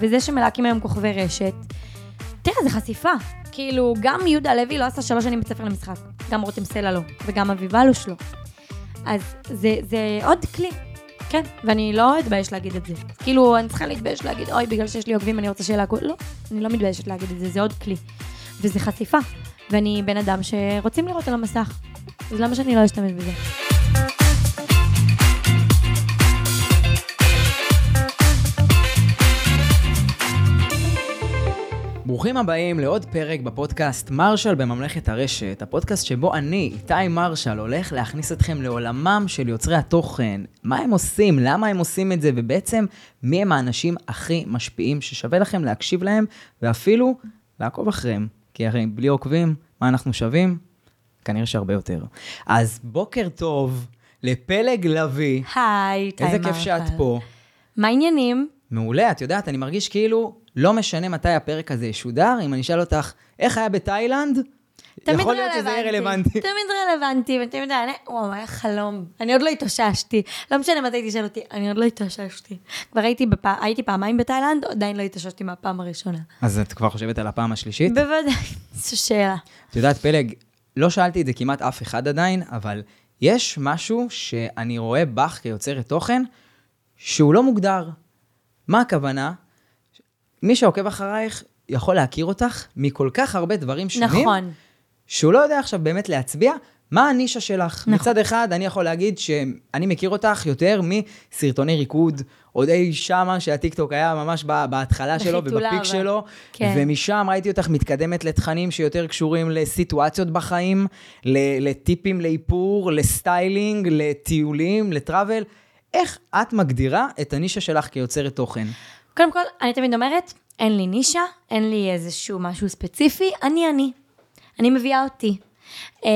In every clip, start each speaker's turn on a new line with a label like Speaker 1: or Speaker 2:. Speaker 1: וזה שמלהקים היום כוכבי רשת, תראה, זה חשיפה. כאילו, גם יהודה לוי לא עשה שלוש שנים בית ספר למשחק. גם רותם סלע לא, וגם אביב אלוש לא. אז זה, זה עוד כלי. כן, ואני לא אתבייש להגיד את זה. כאילו, אני צריכה להתבייש להגיד, אוי, בגלל שיש לי עוקבים אני רוצה שיהיה להקו... לא, אני לא מתביישת להגיד את זה, זה עוד כלי. וזה חשיפה. ואני בן אדם שרוצים לראות על המסך. אז למה שאני לא אשתמש בזה?
Speaker 2: ברוכים הבאים לעוד פרק בפודקאסט מרשל בממלכת הרשת, הפודקאסט שבו אני, איתי מרשל, הולך להכניס אתכם לעולמם של יוצרי התוכן, מה הם עושים, למה הם עושים את זה, ובעצם מי הם האנשים הכי משפיעים ששווה לכם להקשיב להם, ואפילו לעקוב אחריהם, כי הרי בלי עוקבים, מה אנחנו שווים? כנראה שהרבה יותר. אז בוקר טוב לפלג לביא,
Speaker 1: היי, איתי
Speaker 2: איזה כיף שאת
Speaker 1: מרפל.
Speaker 2: פה.
Speaker 1: מה העניינים?
Speaker 2: מעולה, את יודעת, אני מרגיש כאילו לא משנה מתי הפרק הזה ישודר, אם אני אשאל אותך, איך היה בתאילנד?
Speaker 1: תמיד לא
Speaker 2: יכול להיות שזה יהיה רלוונטי.
Speaker 1: תמיד רלוונטי, ותמיד היה, וואו, היה חלום. אני עוד לא התאוששתי. לא משנה מתי תשאל אותי, אני עוד לא התאוששתי. כבר הייתי, בפע... הייתי פעמיים בתאילנד, עדיין לא התאוששתי מהפעם הראשונה.
Speaker 2: אז את כבר חושבת על הפעם השלישית?
Speaker 1: בוודאי, זו שאלה.
Speaker 2: את יודעת, פלג, לא שאלתי את זה כמעט אף אחד עדיין, אבל יש משהו שאני רואה בך כיוצרת תוכן שהוא לא מוגדר. מה הכוונה? מי שעוקב אחרייך יכול להכיר אותך מכל כך הרבה דברים שונים.
Speaker 1: נכון.
Speaker 2: שהוא לא יודע עכשיו באמת להצביע מה הנישה שלך.
Speaker 1: נכון.
Speaker 2: נכון. מצד אחד, אני יכול להגיד שאני מכיר אותך יותר מסרטוני ריקוד, עוד אי שמה שהטיקטוק היה ממש ב- בהתחלה שלו
Speaker 1: בחיתוליו,
Speaker 2: ובפיק שלו,
Speaker 1: כן.
Speaker 2: ומשם ראיתי אותך מתקדמת לתכנים שיותר קשורים לסיטואציות בחיים, ל- לטיפים לאיפור, לסטיילינג, לטיולים, לטראבל. איך את מגדירה את הנישה שלך כיוצרת תוכן?
Speaker 1: קודם כל, אני תמיד אומרת, אין לי נישה, אין לי איזשהו משהו ספציפי, אני אני. אני מביאה אותי. אה,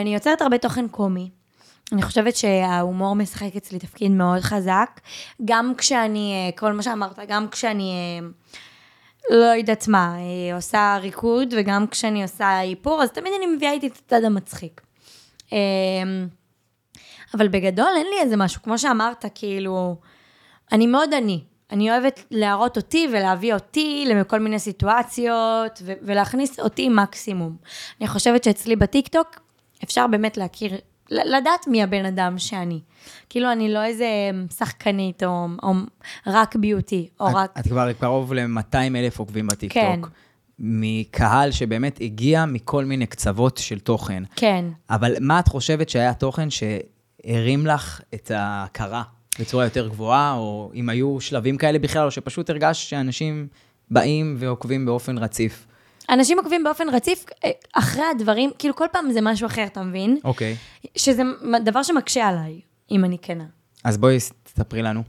Speaker 1: אני יוצרת הרבה תוכן קומי. אני חושבת שההומור משחק אצלי תפקיד מאוד חזק. גם כשאני, אה, כל מה שאמרת, גם כשאני, אה, לא יודעת מה, אה, עושה ריקוד, וגם כשאני עושה איפור, אז תמיד אני מביאה איתי את הצד המצחיק. אה, אבל בגדול אין לי איזה משהו, כמו שאמרת, כאילו, אני מאוד אני. אני אוהבת להראות אותי ולהביא אותי לכל מיני סיטואציות ו- ולהכניס אותי מקסימום. אני חושבת שאצלי בטיקטוק אפשר באמת להכיר, ל- לדעת מי הבן אדם שאני. כאילו אני לא איזה שחקנית או, או רק ביוטי או
Speaker 2: את,
Speaker 1: רק...
Speaker 2: את כבר קרוב ל-200 אלף עוקבים בטיקטוק.
Speaker 1: כן.
Speaker 2: מקהל שבאמת הגיע מכל מיני קצוות של תוכן.
Speaker 1: כן.
Speaker 2: אבל מה את חושבת שהיה התוכן שהרים לך את ההכרה בצורה יותר גבוהה, או אם היו שלבים כאלה בכלל, או שפשוט הרגשת שאנשים באים ועוקבים באופן רציף?
Speaker 1: אנשים עוקבים באופן רציף אה, אחרי הדברים, כאילו כל פעם זה משהו אחר, אתה מבין?
Speaker 2: אוקיי.
Speaker 1: שזה דבר שמקשה עליי, אם אני כנה.
Speaker 2: אז בואי תספרי לנו.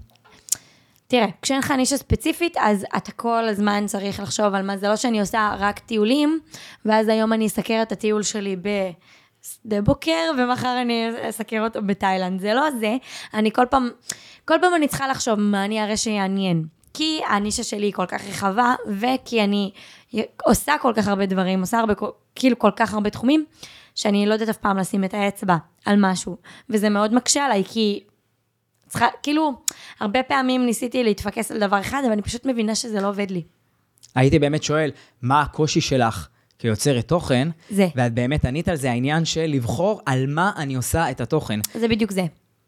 Speaker 1: תראה, כשאין לך נישה ספציפית, אז אתה כל הזמן צריך לחשוב על מה זה לא שאני עושה רק טיולים, ואז היום אני אסקר את הטיול שלי בשדה בוקר, ומחר אני אסקר אותו בתאילנד. זה לא זה, אני כל פעם, כל פעם אני צריכה לחשוב מה אני אראה שיעניין. כי הנישה שלי היא כל כך רחבה, וכי אני עושה כל כך הרבה דברים, עושה הרבה, כאילו כל כך הרבה תחומים, שאני לא יודעת אף פעם לשים את האצבע על משהו. וזה מאוד מקשה עליי, כי צריכה, כאילו, הרבה פעמים ניסיתי להתפקס על דבר אחד, אבל אני פשוט מבינה שזה לא עובד לי.
Speaker 2: הייתי באמת שואל, מה הקושי שלך כיוצרת תוכן?
Speaker 1: זה.
Speaker 2: ואת באמת ענית על זה, העניין של לבחור על מה אני עושה את התוכן.
Speaker 1: זה בדיוק זה.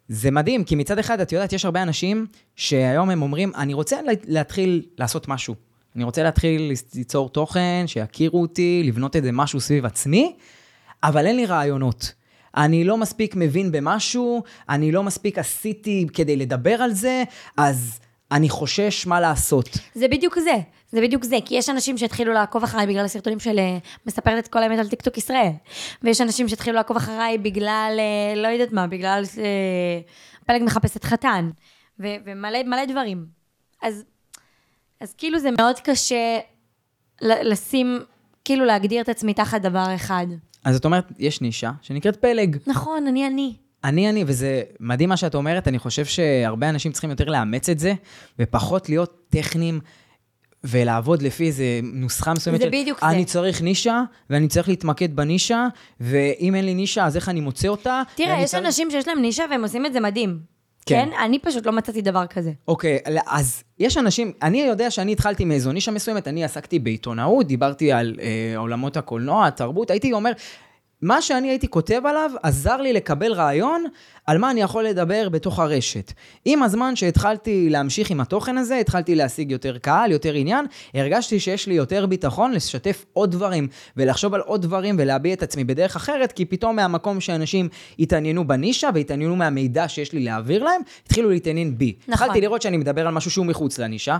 Speaker 2: זה מדהים, כי מצד אחד, את יודעת, יש הרבה אנשים שהיום הם אומרים, אני רוצה לה- להתחיל לעשות משהו. אני רוצה להתחיל ליצור תוכן, שיכירו אותי, לבנות איזה משהו סביב עצמי, אבל אין לי רעיונות. אני לא מספיק מבין במשהו, אני לא מספיק עשיתי כדי לדבר על זה, אז אני חושש מה לעשות.
Speaker 1: זה בדיוק זה. זה בדיוק זה, כי יש אנשים שהתחילו לעקוב אחריי בגלל הסרטונים של אה, מספרת את כל האמת על טיקטוק ישראל. ויש אנשים שהתחילו לעקוב אחריי בגלל, אה, לא יודעת מה, בגלל אה, פלג מחפשת חתן, ו- ומלא מלא דברים. אז, אז כאילו זה מאוד קשה ל- לשים, כאילו להגדיר את עצמי תחת דבר אחד.
Speaker 2: אז את אומרת, יש נישה שנקראת פלג.
Speaker 1: נכון, אני אני.
Speaker 2: אני אני, וזה מדהים מה שאת אומרת, אני חושב שהרבה אנשים צריכים יותר לאמץ את זה, ופחות להיות טכניים. ולעבוד לפי איזה נוסחה מסוימת.
Speaker 1: זה
Speaker 2: של,
Speaker 1: בדיוק
Speaker 2: אני
Speaker 1: זה.
Speaker 2: צריך נישה, ואני צריך להתמקד בנישה, ואם אין לי נישה, אז איך אני מוצא אותה?
Speaker 1: תראה,
Speaker 2: ואני
Speaker 1: יש
Speaker 2: צריך-
Speaker 1: אנשים שיש להם נישה והם עושים את זה מדהים.
Speaker 2: כן.
Speaker 1: כן? אני פשוט לא מצאתי דבר כזה.
Speaker 2: אוקיי, לא, אז יש אנשים, אני יודע שאני התחלתי מאיזו נישה מסוימת, אני עסקתי בעיתונאות, דיברתי על אה, עולמות הקולנוע, התרבות, הייתי אומר, מה שאני הייתי כותב עליו עזר לי לקבל רעיון על מה אני יכול לדבר בתוך הרשת. עם הזמן שהתחלתי להמשיך עם התוכן הזה, התחלתי להשיג יותר קהל, יותר עניין, הרגשתי שיש לי יותר ביטחון לשתף עוד דברים ולחשוב על עוד דברים ולהביע את עצמי בדרך אחרת, כי פתאום מהמקום שאנשים התעניינו בנישה והתעניינו מהמידע שיש לי להעביר להם, התחילו להתעניין בי.
Speaker 1: נכון.
Speaker 2: התחלתי לראות שאני מדבר על משהו שהוא מחוץ לנישה,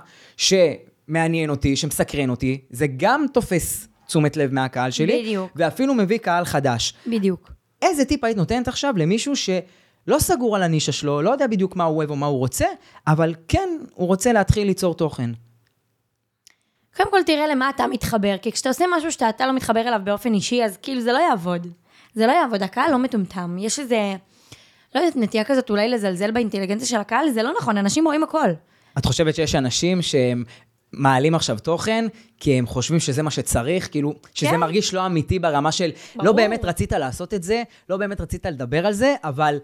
Speaker 2: שמעניין אותי, שמסקרן אותי, זה גם תופס תשומת לב מהקהל שלי,
Speaker 1: בדיוק.
Speaker 2: ואפילו מביא קהל חדש.
Speaker 1: בדיוק.
Speaker 2: איזה טיפ היית נותנת עכשיו למישהו שלא סגור על הנישה שלו, לא יודע בדיוק מה הוא אוהב או מה הוא רוצה, אבל כן, הוא רוצה להתחיל ליצור תוכן.
Speaker 1: קודם כל תראה למה אתה מתחבר, כי כשאתה עושה משהו שאתה אתה לא מתחבר אליו באופן אישי, אז כאילו זה לא יעבוד. זה לא יעבוד, הקהל לא מטומטם. יש איזה, לא יודעת, נטייה כזאת אולי לזלזל באינטליגנציה של הקהל, זה לא נכון, אנשים רואים הכל.
Speaker 2: את חושבת שיש אנשים שהם מעלים עכשיו תוכן, כי הם חושבים שזה מה שצריך, כאילו, שזה
Speaker 1: כן.
Speaker 2: מרגיש לא אמיתי ברמה של, לא
Speaker 1: ברור.
Speaker 2: באמת רצית לעשות את זה, לא באמת רצית לדבר על זה, אבל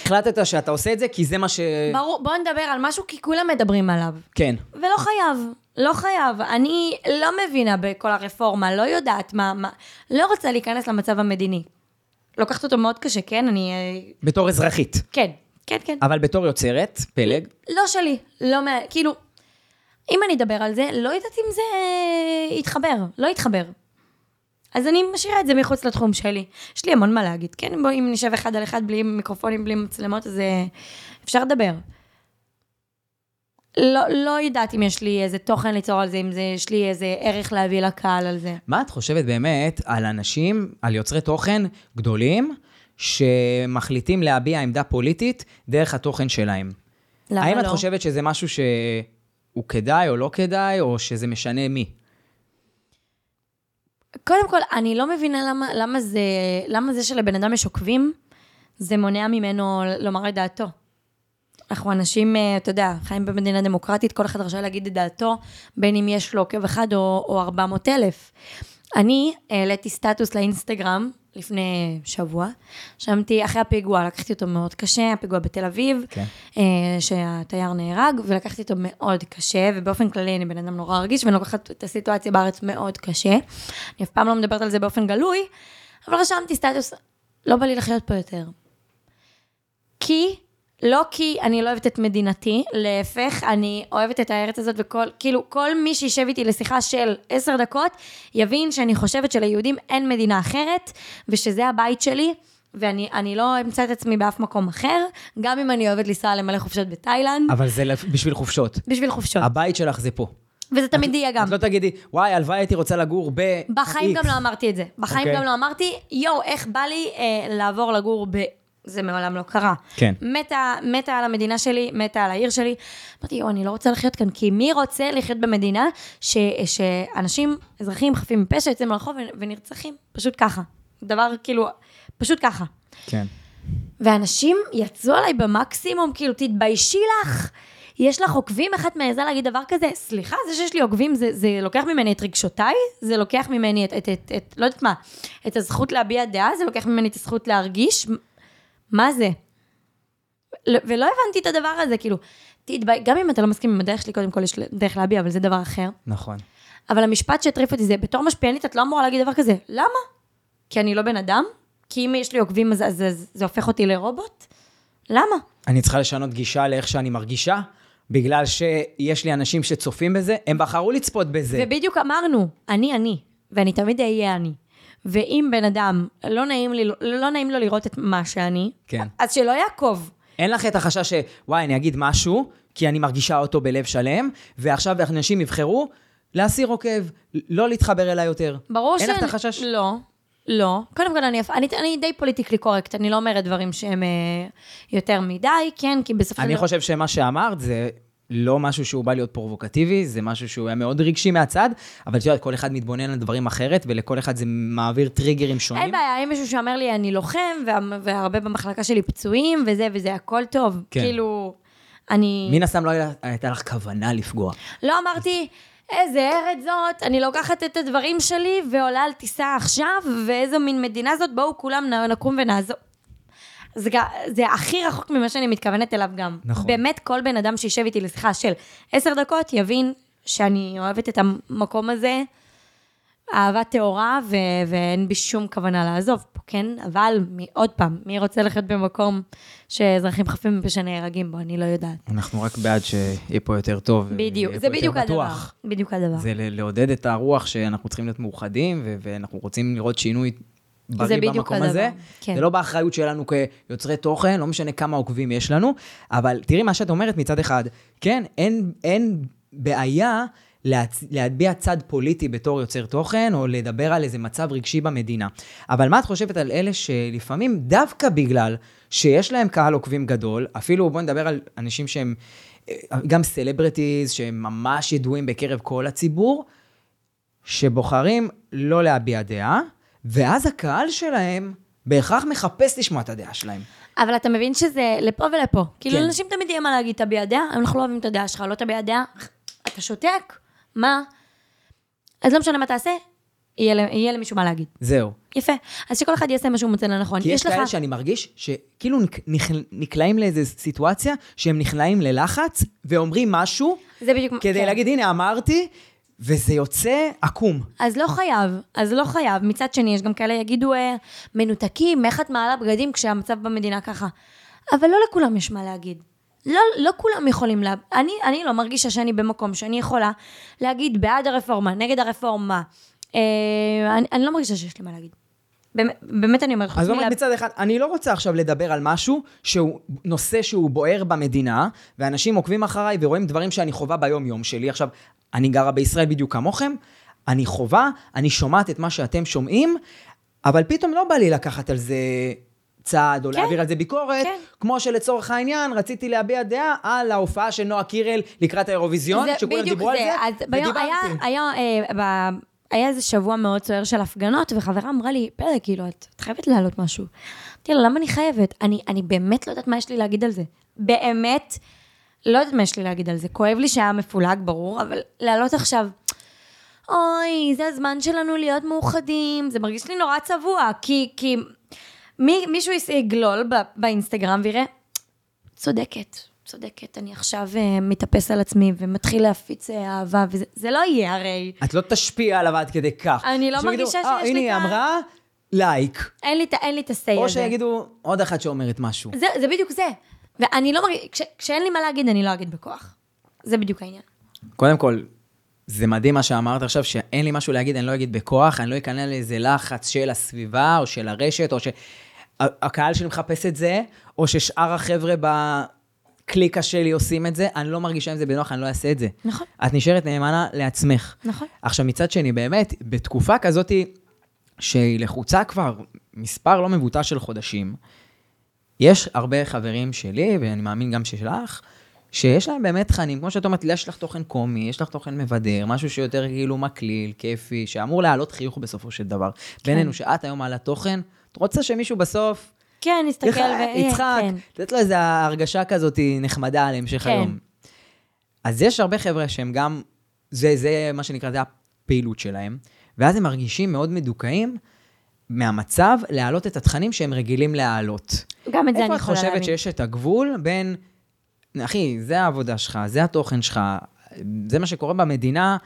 Speaker 2: החלטת שאתה עושה את זה כי זה מה ש...
Speaker 1: ברור, בואו נדבר על משהו כי כולם מדברים עליו.
Speaker 2: כן.
Speaker 1: ולא חייב, לא חייב. אני לא מבינה בכל הרפורמה, לא יודעת מה, מה, לא רוצה להיכנס למצב המדיני. לוקחת אותו מאוד קשה, כן? אני... אה,
Speaker 2: בתור אזרחית.
Speaker 1: כן, כן, כן.
Speaker 2: אבל בתור יוצרת, פלג,
Speaker 1: לא שלי, לא מה... כאילו, אם אני אדבר על זה, לא יודעת אם זה אה, יתחבר, לא יתחבר. אז אני משאירה את זה מחוץ לתחום שלי. יש לי המון מה להגיד, כן? בוא, אם נשב אחד על אחד בלי מיקרופונים, בלי מצלמות, אז אה, אפשר לדבר. לא, לא יודעת אם יש לי איזה תוכן ליצור על זה, אם זה, יש לי איזה ערך להביא לקהל על זה.
Speaker 2: מה את חושבת באמת על אנשים, על יוצרי תוכן גדולים, שמחליטים להביע עמדה פוליטית דרך התוכן שלהם?
Speaker 1: למה
Speaker 2: האם
Speaker 1: לא?
Speaker 2: את חושבת שזה משהו שהוא כדאי או לא כדאי, או שזה משנה מי?
Speaker 1: קודם כל, אני לא מבינה למה, למה, זה, למה זה שלבן אדם יש עוקבים, זה מונע ממנו ל- לומר את דעתו. אנחנו אנשים, אה, אתה יודע, חיים במדינה דמוקרטית, כל אחד רשאי להגיד את דעתו, בין אם יש לו עוקב אחד או, או 400 אלף. אני העליתי סטטוס לאינסטגרם לפני שבוע, שמתי, אחרי הפיגוע, לקחתי אותו מאוד קשה, הפיגוע בתל אביב,
Speaker 2: כן.
Speaker 1: אה, שהתייר נהרג, ולקחתי אותו מאוד קשה, ובאופן כללי אני בן אדם נורא רגיש, ואני לוקחת את הסיטואציה בארץ מאוד קשה. אני אף פעם לא מדברת על זה באופן גלוי, אבל רשמתי סטטוס, לא בא לי לחיות פה יותר. כי, לא כי אני לא אוהבת את מדינתי, להפך, אני אוהבת את הארץ הזאת, וכל, כאילו, כל מי שישב איתי לשיחה של עשר דקות, יבין שאני חושבת שליהודים אין מדינה אחרת, ושזה הבית שלי. ואני אני לא אמצא את עצמי באף מקום אחר, גם אם אני אוהבת לנסוע למלא חופשות בתאילנד,
Speaker 2: אבל זה לפ- בשביל חופשות.
Speaker 1: בשביל חופשות.
Speaker 2: הבית שלך זה פה.
Speaker 1: וזה תמיד יהיה גם.
Speaker 2: את לא תגידי, וואי, הלוואי הייתי רוצה לגור ב...
Speaker 1: בחיים
Speaker 2: X."
Speaker 1: גם לא אמרתי את זה. בחיים
Speaker 2: אוקיי.
Speaker 1: גם לא אמרתי, יואו, איך בא לי אה, לעבור לגור ב... זה מעולם לא קרה.
Speaker 2: כן.
Speaker 1: מתה, מתה על המדינה שלי, מתה על העיר שלי. אמרתי, יואו, אני לא רוצה לחיות כאן, כי מי רוצה לחיות במדינה ש, שאנשים, אזרחים חפים מפשע, יוצאים לרחוב ו- ונרצחים? פשוט ככה. דבר כאילו, פשוט ככה.
Speaker 2: כן.
Speaker 1: ואנשים יצאו עליי במקסימום, כאילו, תתביישי לך. יש לך עוקבים, איך את מעיזה להגיד דבר כזה? סליחה, זה שיש לי עוקבים, זה, זה לוקח ממני את רגשותיי? זה לוקח ממני את, את, את, את, לא יודעת מה, את הזכות להביע דעה? זה לוקח ממני את הזכות להרגיש? מה זה? לא- ולא הבנתי את הדבר הזה, כאילו, תתבי... גם אם אתה לא מסכים עם הדרך שלי, קודם כל יש דרך להביע, אבל זה דבר אחר.
Speaker 2: נכון.
Speaker 1: אבל המשפט שהטריף אותי זה, בתור משפיענית את לא אמורה להגיד דבר כזה, למה? כי אני לא בן אדם? כי אם יש לי עוקבים אז, אז, אז זה הופך אותי לרובוט? למה?
Speaker 2: אני צריכה לשנות גישה לאיך שאני מרגישה, בגלל שיש לי אנשים שצופים בזה, הם בחרו לצפות בזה.
Speaker 1: ובדיוק אמרנו, אני אני, ואני תמיד אהיה אני. ואם בן אדם, לא נעים, לי, לא נעים לו לראות את מה שאני,
Speaker 2: כן.
Speaker 1: אז שלא יעקוב.
Speaker 2: אין לך את החשש שוואי, אני אגיד משהו, כי אני מרגישה אותו בלב שלם, ועכשיו אנשים יבחרו להסיר עוקב, לא להתחבר אליי יותר.
Speaker 1: ברור
Speaker 2: אין
Speaker 1: ש...
Speaker 2: לך את החשש?
Speaker 1: לא. לא. קודם כל, אני, אפ- אני, אני די פוליטיקלי קורקט, אני לא אומרת דברים שהם אה, יותר מדי, כן, כי בסופו של
Speaker 2: אני חושב שמה שאמרת זה לא משהו שהוא בא להיות פרובוקטיבי, זה משהו שהוא היה מאוד רגשי מהצד, אבל את יודעת, כל אחד מתבונן על דברים אחרת, ולכל אחד זה מעביר טריגרים שונים.
Speaker 1: אין בעיה, אם מישהו שאומר לי, אני לוחם, וה- והרבה במחלקה שלי פצועים, וזה וזה, הכל טוב.
Speaker 2: כן.
Speaker 1: כאילו, אני
Speaker 2: מן הסתם לא היה- הייתה לך כוונה לפגוע.
Speaker 1: לא אמרתי, איזה ארץ זאת, אני לוקחת את הדברים שלי ועולה על טיסה עכשיו, ואיזו מין מדינה זאת, בואו כולם נ- נקום ונעזוב. זה, ג- זה הכי רחוק ממה שאני מתכוונת אליו גם.
Speaker 2: נכון.
Speaker 1: באמת, כל בן אדם שישב איתי לשיחה של עשר דקות, יבין שאני אוהבת את המקום הזה, אהבה טהורה, ו- ואין בי שום כוונה לעזוב פה, כן? אבל, מ- עוד פעם, מי רוצה לחיות במקום שאזרחים חפים מפה שנהרגים בו? אני לא יודעת.
Speaker 2: אנחנו רק בעד שיהיה פה יותר טוב.
Speaker 1: בדיוק,
Speaker 2: ויהיה
Speaker 1: זה
Speaker 2: פה יותר
Speaker 1: בדיוק הדבר.
Speaker 2: בטוח.
Speaker 1: בדיוק הדבר.
Speaker 2: זה ל- לעודד את הרוח שאנחנו צריכים להיות מאוחדים, ו- ואנחנו רוצים לראות שינוי בריא
Speaker 1: בדיוק
Speaker 2: במקום
Speaker 1: הדבר,
Speaker 2: הזה.
Speaker 1: כן.
Speaker 2: זה לא באחריות שלנו כיוצרי תוכן, לא משנה כמה עוקבים יש לנו, אבל תראי מה שאת אומרת מצד אחד, כן, אין, אין בעיה להצ... להטביע צד פוליטי בתור יוצר תוכן, או לדבר על איזה מצב רגשי במדינה. אבל מה את חושבת על אלה שלפעמים, דווקא בגלל שיש להם קהל עוקבים גדול, אפילו בואו נדבר על אנשים שהם אה, גם סלבריטיז, שהם ממש ידועים בקרב כל הציבור, שבוחרים לא להביע דעה, ואז הקהל שלהם בהכרח מחפש לשמוע את הדעה שלהם.
Speaker 1: אבל אתה מבין שזה לפה ולפה. כאילו,
Speaker 2: כן.
Speaker 1: לאנשים תמיד יהיה מה להגיד, תביע דעה, אנחנו לא אוהבים את הדעה שלך, לא תביע דעה, אתה שותק, מה? אז לא משנה מה תעשה, יהיה ל- יהיה למישהו מה להגיד.
Speaker 2: זהו.
Speaker 1: יפה. אז שכל אחד יעשה מה שהוא מוצא לנכון.
Speaker 2: כי יש כאלה שאני מרגיש שכאילו נק- נכ- נקלעים לאיזו סיטואציה שהם נכנעים ללחץ ואומרים משהו
Speaker 1: זה בדיוק...
Speaker 2: כדי
Speaker 1: כן.
Speaker 2: להגיד, הנה, אמרתי, וזה יוצא עקום.
Speaker 1: אז לא חייב, אז לא חייב. מצד שני, יש גם כאלה יגידו, אה, מנותקים, איך את מעלה בגדים כשהמצב במדינה ככה? אבל לא לכולם יש מה להגיד. לא, לא כולם יכולים לה... אני, אני לא מרגישה שאני במקום שאני יכולה להגיד בעד הרפורמה, נגד הרפורמה. אה, אני, אני לא מרגישה שיש לי מה להגיד. באמת, באמת אני אומרת, חוץ
Speaker 2: אז
Speaker 1: מלה-
Speaker 2: אומרת מצד אחד, אני לא רוצה עכשיו לדבר על משהו שהוא נושא שהוא בוער במדינה, ואנשים עוקבים אחריי ורואים דברים שאני חווה ביום-יום שלי. עכשיו, אני גרה בישראל בדיוק כמוכם, אני חווה, אני שומעת את מה שאתם שומעים, אבל פתאום לא בא לי לקחת על זה צעד, או
Speaker 1: כן,
Speaker 2: להעביר על זה ביקורת,
Speaker 1: כן.
Speaker 2: כמו שלצורך העניין רציתי להביע דעה על ההופעה של נועה קירל לקראת האירוויזיון,
Speaker 1: זה
Speaker 2: שכולם
Speaker 1: בדיוק
Speaker 2: דיברו על זה,
Speaker 1: אז ביום, היה,
Speaker 2: ודיברתי.
Speaker 1: היה, אה, ב, היה איזה שבוע מאוד סוער של הפגנות, וחברה אמרה לי, פלא, כאילו, את, את חייבת להעלות משהו. אמרתי לה, למה אני חייבת? אני, אני באמת לא יודעת מה יש לי להגיד על זה. באמת, לא יודעת מה יש לי להגיד על זה. כואב לי שהיה מפולג, ברור, אבל להעלות עכשיו... אוי, זה הזמן שלנו להיות מאוחדים, זה מרגיש לי נורא צבוע, כי, כי מי, מישהו ישיג גלול ב- באינסטגרם ויראה, צודקת, צודקת, אני עכשיו אה, מתאפס על עצמי ומתחיל להפיץ אה, אהבה, וזה זה לא יהיה הרי.
Speaker 2: את לא תשפיע עליו עד כדי כך.
Speaker 1: אני לא
Speaker 2: אנשים יגידו,
Speaker 1: מרגישה
Speaker 2: "אה,
Speaker 1: שיש לי
Speaker 2: הנה, היא
Speaker 1: כאן."
Speaker 2: אמרה, לייק.
Speaker 1: אין לי, את ה- אין לי את ה-say
Speaker 2: או
Speaker 1: הזה.
Speaker 2: שיגידו, עוד אחת שאומרת משהו.
Speaker 1: זה, זה בדיוק זה. ואני לא מרגיש, כש, כשאין לי מה להגיד, אני לא אגיד בכוח. זה בדיוק העניין.
Speaker 2: קודם כל, זה מדהים מה שאמרת עכשיו, שאין לי משהו להגיד, אני לא אגיד בכוח, אני לא אכנע לאיזה לחץ של הסביבה, או של הרשת, או שהקהל שלי מחפש את זה, או ששאר החבר'ה בקליקה שלי עושים את זה, אני לא מרגישה עם זה בנוח, אני לא אעשה את זה.
Speaker 1: נכון.
Speaker 2: את נשארת נאמנה לעצמך.
Speaker 1: נכון.
Speaker 2: עכשיו, מצד שני, באמת, בתקופה כזאת שהיא לחוצה כבר מספר לא מבוטל של חודשים, יש הרבה חברים שלי, ואני מאמין גם ששלך, שיש להם באמת תכנים, כמו שאת אומרת, יש לך תוכן קומי, יש לך תוכן מבדר, משהו שיותר כאילו מקליל, כיפי, שאמור להעלות חיוך בסופו של דבר. בינינו, שאת היום מעלה תוכן, את רוצה שמישהו בסוף
Speaker 1: כן, נסתכל ו...
Speaker 2: אה, יצחק,
Speaker 1: כן.
Speaker 2: לתת לו איזו הרגשה כזאת נחמדה על המשך
Speaker 1: כן.
Speaker 2: היום. אז יש הרבה חבר'ה שהם גם, זה, זה מה שנקרא, זה הפעילות שלהם, ואז הם מרגישים מאוד מדוכאים מהמצב להעלות את התכנים שהם רגילים להעלות.
Speaker 1: גם את זה
Speaker 2: איפה
Speaker 1: אני
Speaker 2: את
Speaker 1: יכולה
Speaker 2: חושבת
Speaker 1: להאמין.
Speaker 2: שיש את הגבול בין, אחי, זה העבודה שלך, זה התוכן שלך, זה מה שקורה במדינה,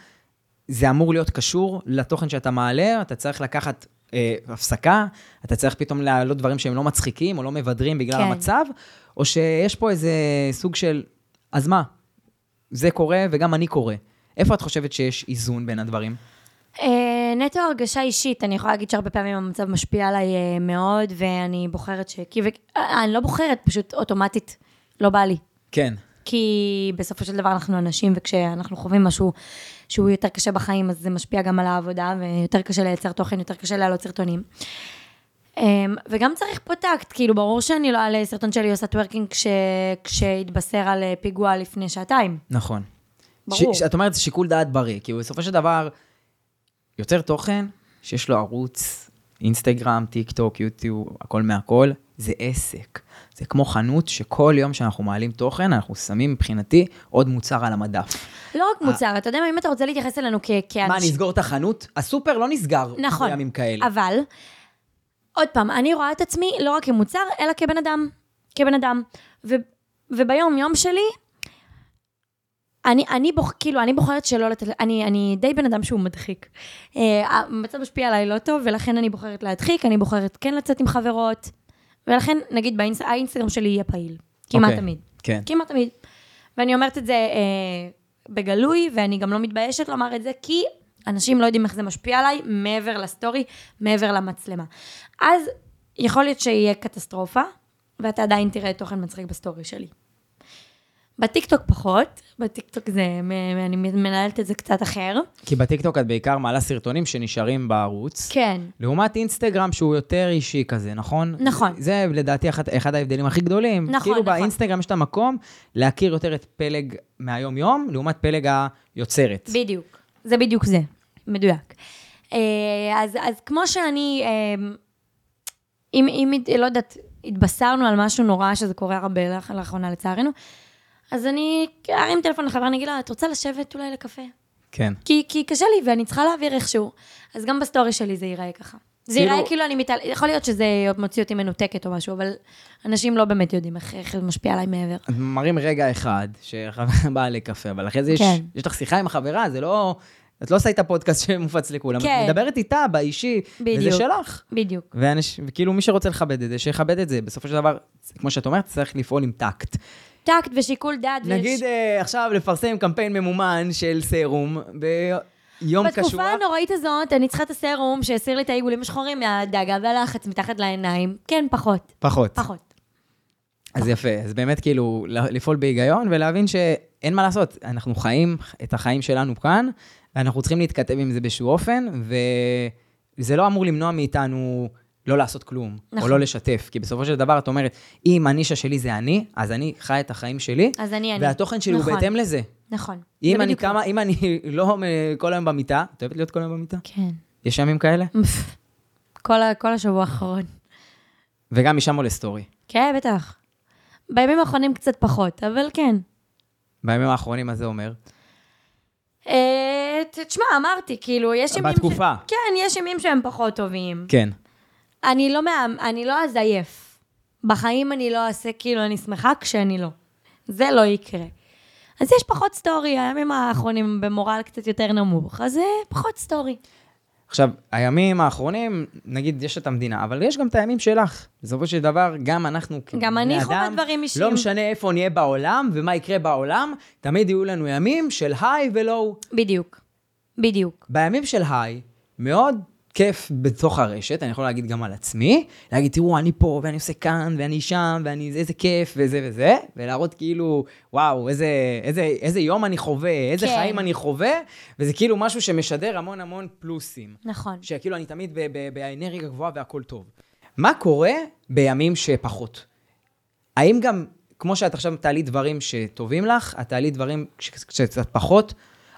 Speaker 2: זה אמור להיות קשור לתוכן שאתה מעלה, אתה צריך לקחת אה, הפסקה, אתה צריך פתאום להעלות דברים שהם לא מצחיקים או לא מבדרים בגלל
Speaker 1: כן.
Speaker 2: המצב, או שיש פה איזה סוג של, אז מה, זה קורה וגם אני קורא. איפה את חושבת שיש איזון בין הדברים?
Speaker 1: אה, נטו הרגשה אישית, אני יכולה להגיד שהרבה פעמים המצב משפיע עליי אה, מאוד, ואני בוחרת ש... כי... ו... אה, אני לא בוחרת, פשוט אוטומטית, לא בא לי.
Speaker 2: כן.
Speaker 1: כי בסופו של דבר אנחנו אנשים, וכשאנחנו חווים משהו שהוא יותר קשה בחיים, אז זה משפיע גם על העבודה, ויותר קשה לייצר תוכן, יותר קשה להעלות סרטונים. אמ, וגם צריך פה טקט, כאילו, ברור שאני לא אעלה סרטון שלי עושה טוורקינג כש... כשהתבשר על אה, פיגוע לפני שעתיים.
Speaker 2: נכון.
Speaker 1: ברור.
Speaker 2: ש, שאת אומרת, זה שיקול דעת בריא, כי הוא בסופו של דבר יוצר תוכן שיש לו ערוץ, אינסטגרם, טיק טוק, יוטיוב, הכל מהכל, זה עסק. זה כמו חנות שכל יום שאנחנו מעלים תוכן, אנחנו שמים מבחינתי עוד מוצר על המדף.
Speaker 1: לא רק מוצר, אתה יודע מה, אם אתה רוצה להתייחס אלינו כ-
Speaker 2: מה,
Speaker 1: כאנשים...
Speaker 2: נסגור את החנות? הסופר לא נסגר
Speaker 1: כן. נכון.
Speaker 2: בימים כאלה.
Speaker 1: אבל, עוד פעם, אני רואה את עצמי לא רק כמוצר, אלא כבן אדם. כבן אדם. ו, וביום-יום שלי, אני, אני, בוח, כאילו, אני בוחרת שלא לתת... אני, אני די בן אדם שהוא מדחיק. אה, המצב משפיע עליי לא טוב, ולכן אני בוחרת להדחיק, אני בוחרת כן לצאת עם חברות, ולכן, נגיד, באינס, האינסטגרם שלי יהיה פעיל. כמעט
Speaker 2: אוקיי,
Speaker 1: תמיד.
Speaker 2: כן.
Speaker 1: כמעט תמיד. ואני אומרת את זה אה, בגלוי, ואני גם לא מתביישת לומר את זה, כי אנשים לא יודעים איך זה משפיע עליי, מעבר לסטורי, מעבר למצלמה. אז יכול להיות שיהיה קטסטרופה, ואתה עדיין תראה תוכן מצחיק בסטורי שלי. בטיקטוק פחות, בטיקטוק זה, מ- אני מנהלת את זה קצת אחר.
Speaker 2: כי בטיקטוק את בעיקר מעלה סרטונים שנשארים בערוץ.
Speaker 1: כן.
Speaker 2: לעומת אינסטגרם שהוא יותר אישי כזה, נכון?
Speaker 1: נכון.
Speaker 2: זה לדעתי אחד, אחד ההבדלים הכי גדולים.
Speaker 1: נכון,
Speaker 2: כאילו
Speaker 1: נכון.
Speaker 2: באינסטגרם יש את המקום להכיר יותר את פלג מהיום-יום, לעומת פלג היוצרת.
Speaker 1: בדיוק. זה בדיוק זה. מדויק. אה, אז, אז כמו שאני, אה, אם, אם, הת- לא יודעת, התבשרנו על משהו נורא, שזה קורה הרבה לאח- לאחרונה לצערנו, אז אני ארים טלפון לחברה, אני אגיד לה, את רוצה לשבת אולי לקפה?
Speaker 2: כן.
Speaker 1: כי, כי קשה לי ואני צריכה להעביר איכשהו. אז גם בסטורי שלי זה ייראה ככה. זה
Speaker 2: כאילו-
Speaker 1: ייראה כאילו אני מתעל... יכול להיות שזה מוציא אותי מנותקת או משהו, אבל אנשים לא באמת יודעים איך, איך זה משפיע עליי מעבר.
Speaker 2: את מראים רגע אחד שחברה באה לקפה, אבל אחרי זה יש,
Speaker 1: כן.
Speaker 2: יש לך שיחה עם החברה, זה לא... את לא עושה איתה פודקאסט שמופץ לכולם,
Speaker 1: כן.
Speaker 2: את מדברת איתה באישי, וזה
Speaker 1: בדיוק.
Speaker 2: שלך.
Speaker 1: בדיוק.
Speaker 2: ואנש, וכאילו מי שרוצה לכבד את זה, שיכבד את זה. בסופו של דבר, כמו שאת אומרת, צריך לפעול עם טקט.
Speaker 1: טקט ושיקול דעת. וש-
Speaker 2: נגיד אה, עכשיו לפרסם קמפיין ממומן של סרום ביום קשוח.
Speaker 1: בתקופה הנוראית הזאת, אני צריכה את הסרום שהסיר לי את העיגולים השחורים מהדאגה והלחץ מתחת לעיניים. כן, פחות.
Speaker 2: פחות.
Speaker 1: פחות.
Speaker 2: אז יפה, אז באמת כאילו ל- לפעול בהיגיון ולהבין שאין מה לעשות, אנחנו חיים את החיים שלנו כאן, ואנחנו צריכים להתכתב עם זה באיזשהו אופן, וזה לא אמור למנוע מאיתנו לא לעשות כלום, או
Speaker 1: נכון.
Speaker 2: לא לשתף, כי בסופו של דבר את אומרת, אם הנישה שלי זה אני, אז אני חי את החיים שלי,
Speaker 1: אז אני, אני.
Speaker 2: והתוכן שלי הוא
Speaker 1: נכון,
Speaker 2: בהתאם לזה.
Speaker 1: נכון.
Speaker 2: אם
Speaker 1: זה
Speaker 2: אני
Speaker 1: בדיוק
Speaker 2: כמה, אם אני לא מ- כל היום במיטה, את אוהבת להיות כל היום במיטה?
Speaker 1: זה. כן.
Speaker 2: יש ימים כאלה?
Speaker 1: כל, ה- כל השבוע האחרון.
Speaker 2: וגם משם עולה סטורי.
Speaker 1: כן, בטח. בימים האחרונים קצת פחות, אבל כן.
Speaker 2: בימים האחרונים, מה זה אומר?
Speaker 1: אה, ת- תשמע, אמרתי, כאילו, יש ימים...
Speaker 2: בתקופה.
Speaker 1: ש... כן, יש ימים שהם פחות טובים.
Speaker 2: כן.
Speaker 1: אני לא, מה... אני לא אזייף. בחיים אני לא אעשה כאילו אני שמחה כשאני לא. זה לא יקרה. אז יש פחות סטורי, הימים האחרונים במורל קצת יותר נמוך, אז זה פחות סטורי.
Speaker 2: עכשיו, הימים האחרונים, נגיד, יש את המדינה, אבל יש גם את הימים שלך. בסופו של דבר, גם אנחנו כבני
Speaker 1: גם אני חווה
Speaker 2: אדם,
Speaker 1: דברים אישיים.
Speaker 2: לא משנה איפה נהיה בעולם ומה יקרה בעולם, תמיד יהיו לנו ימים של היי ולואו.
Speaker 1: בדיוק. בדיוק.
Speaker 2: בימים של היי, מאוד כיף בתוך הרשת, אני יכול להגיד גם על עצמי, להגיד, תראו, אני פה, ואני עושה כאן, ואני שם, ואני, איזה כיף, וזה וזה, ולהראות כאילו, וואו, איזה, איזה, איזה יום אני חווה, איזה
Speaker 1: כן.
Speaker 2: חיים אני חווה, וזה כאילו משהו שמשדר המון המון פלוסים.
Speaker 1: נכון.
Speaker 2: שכאילו אני תמיד ב- ב- באנרגיה גבוהה והכל טוב. מה קורה בימים שפחות? האם גם, כמו שאת עכשיו תעלי דברים שטובים לך, את תעלי דברים ש- שקצת פחות,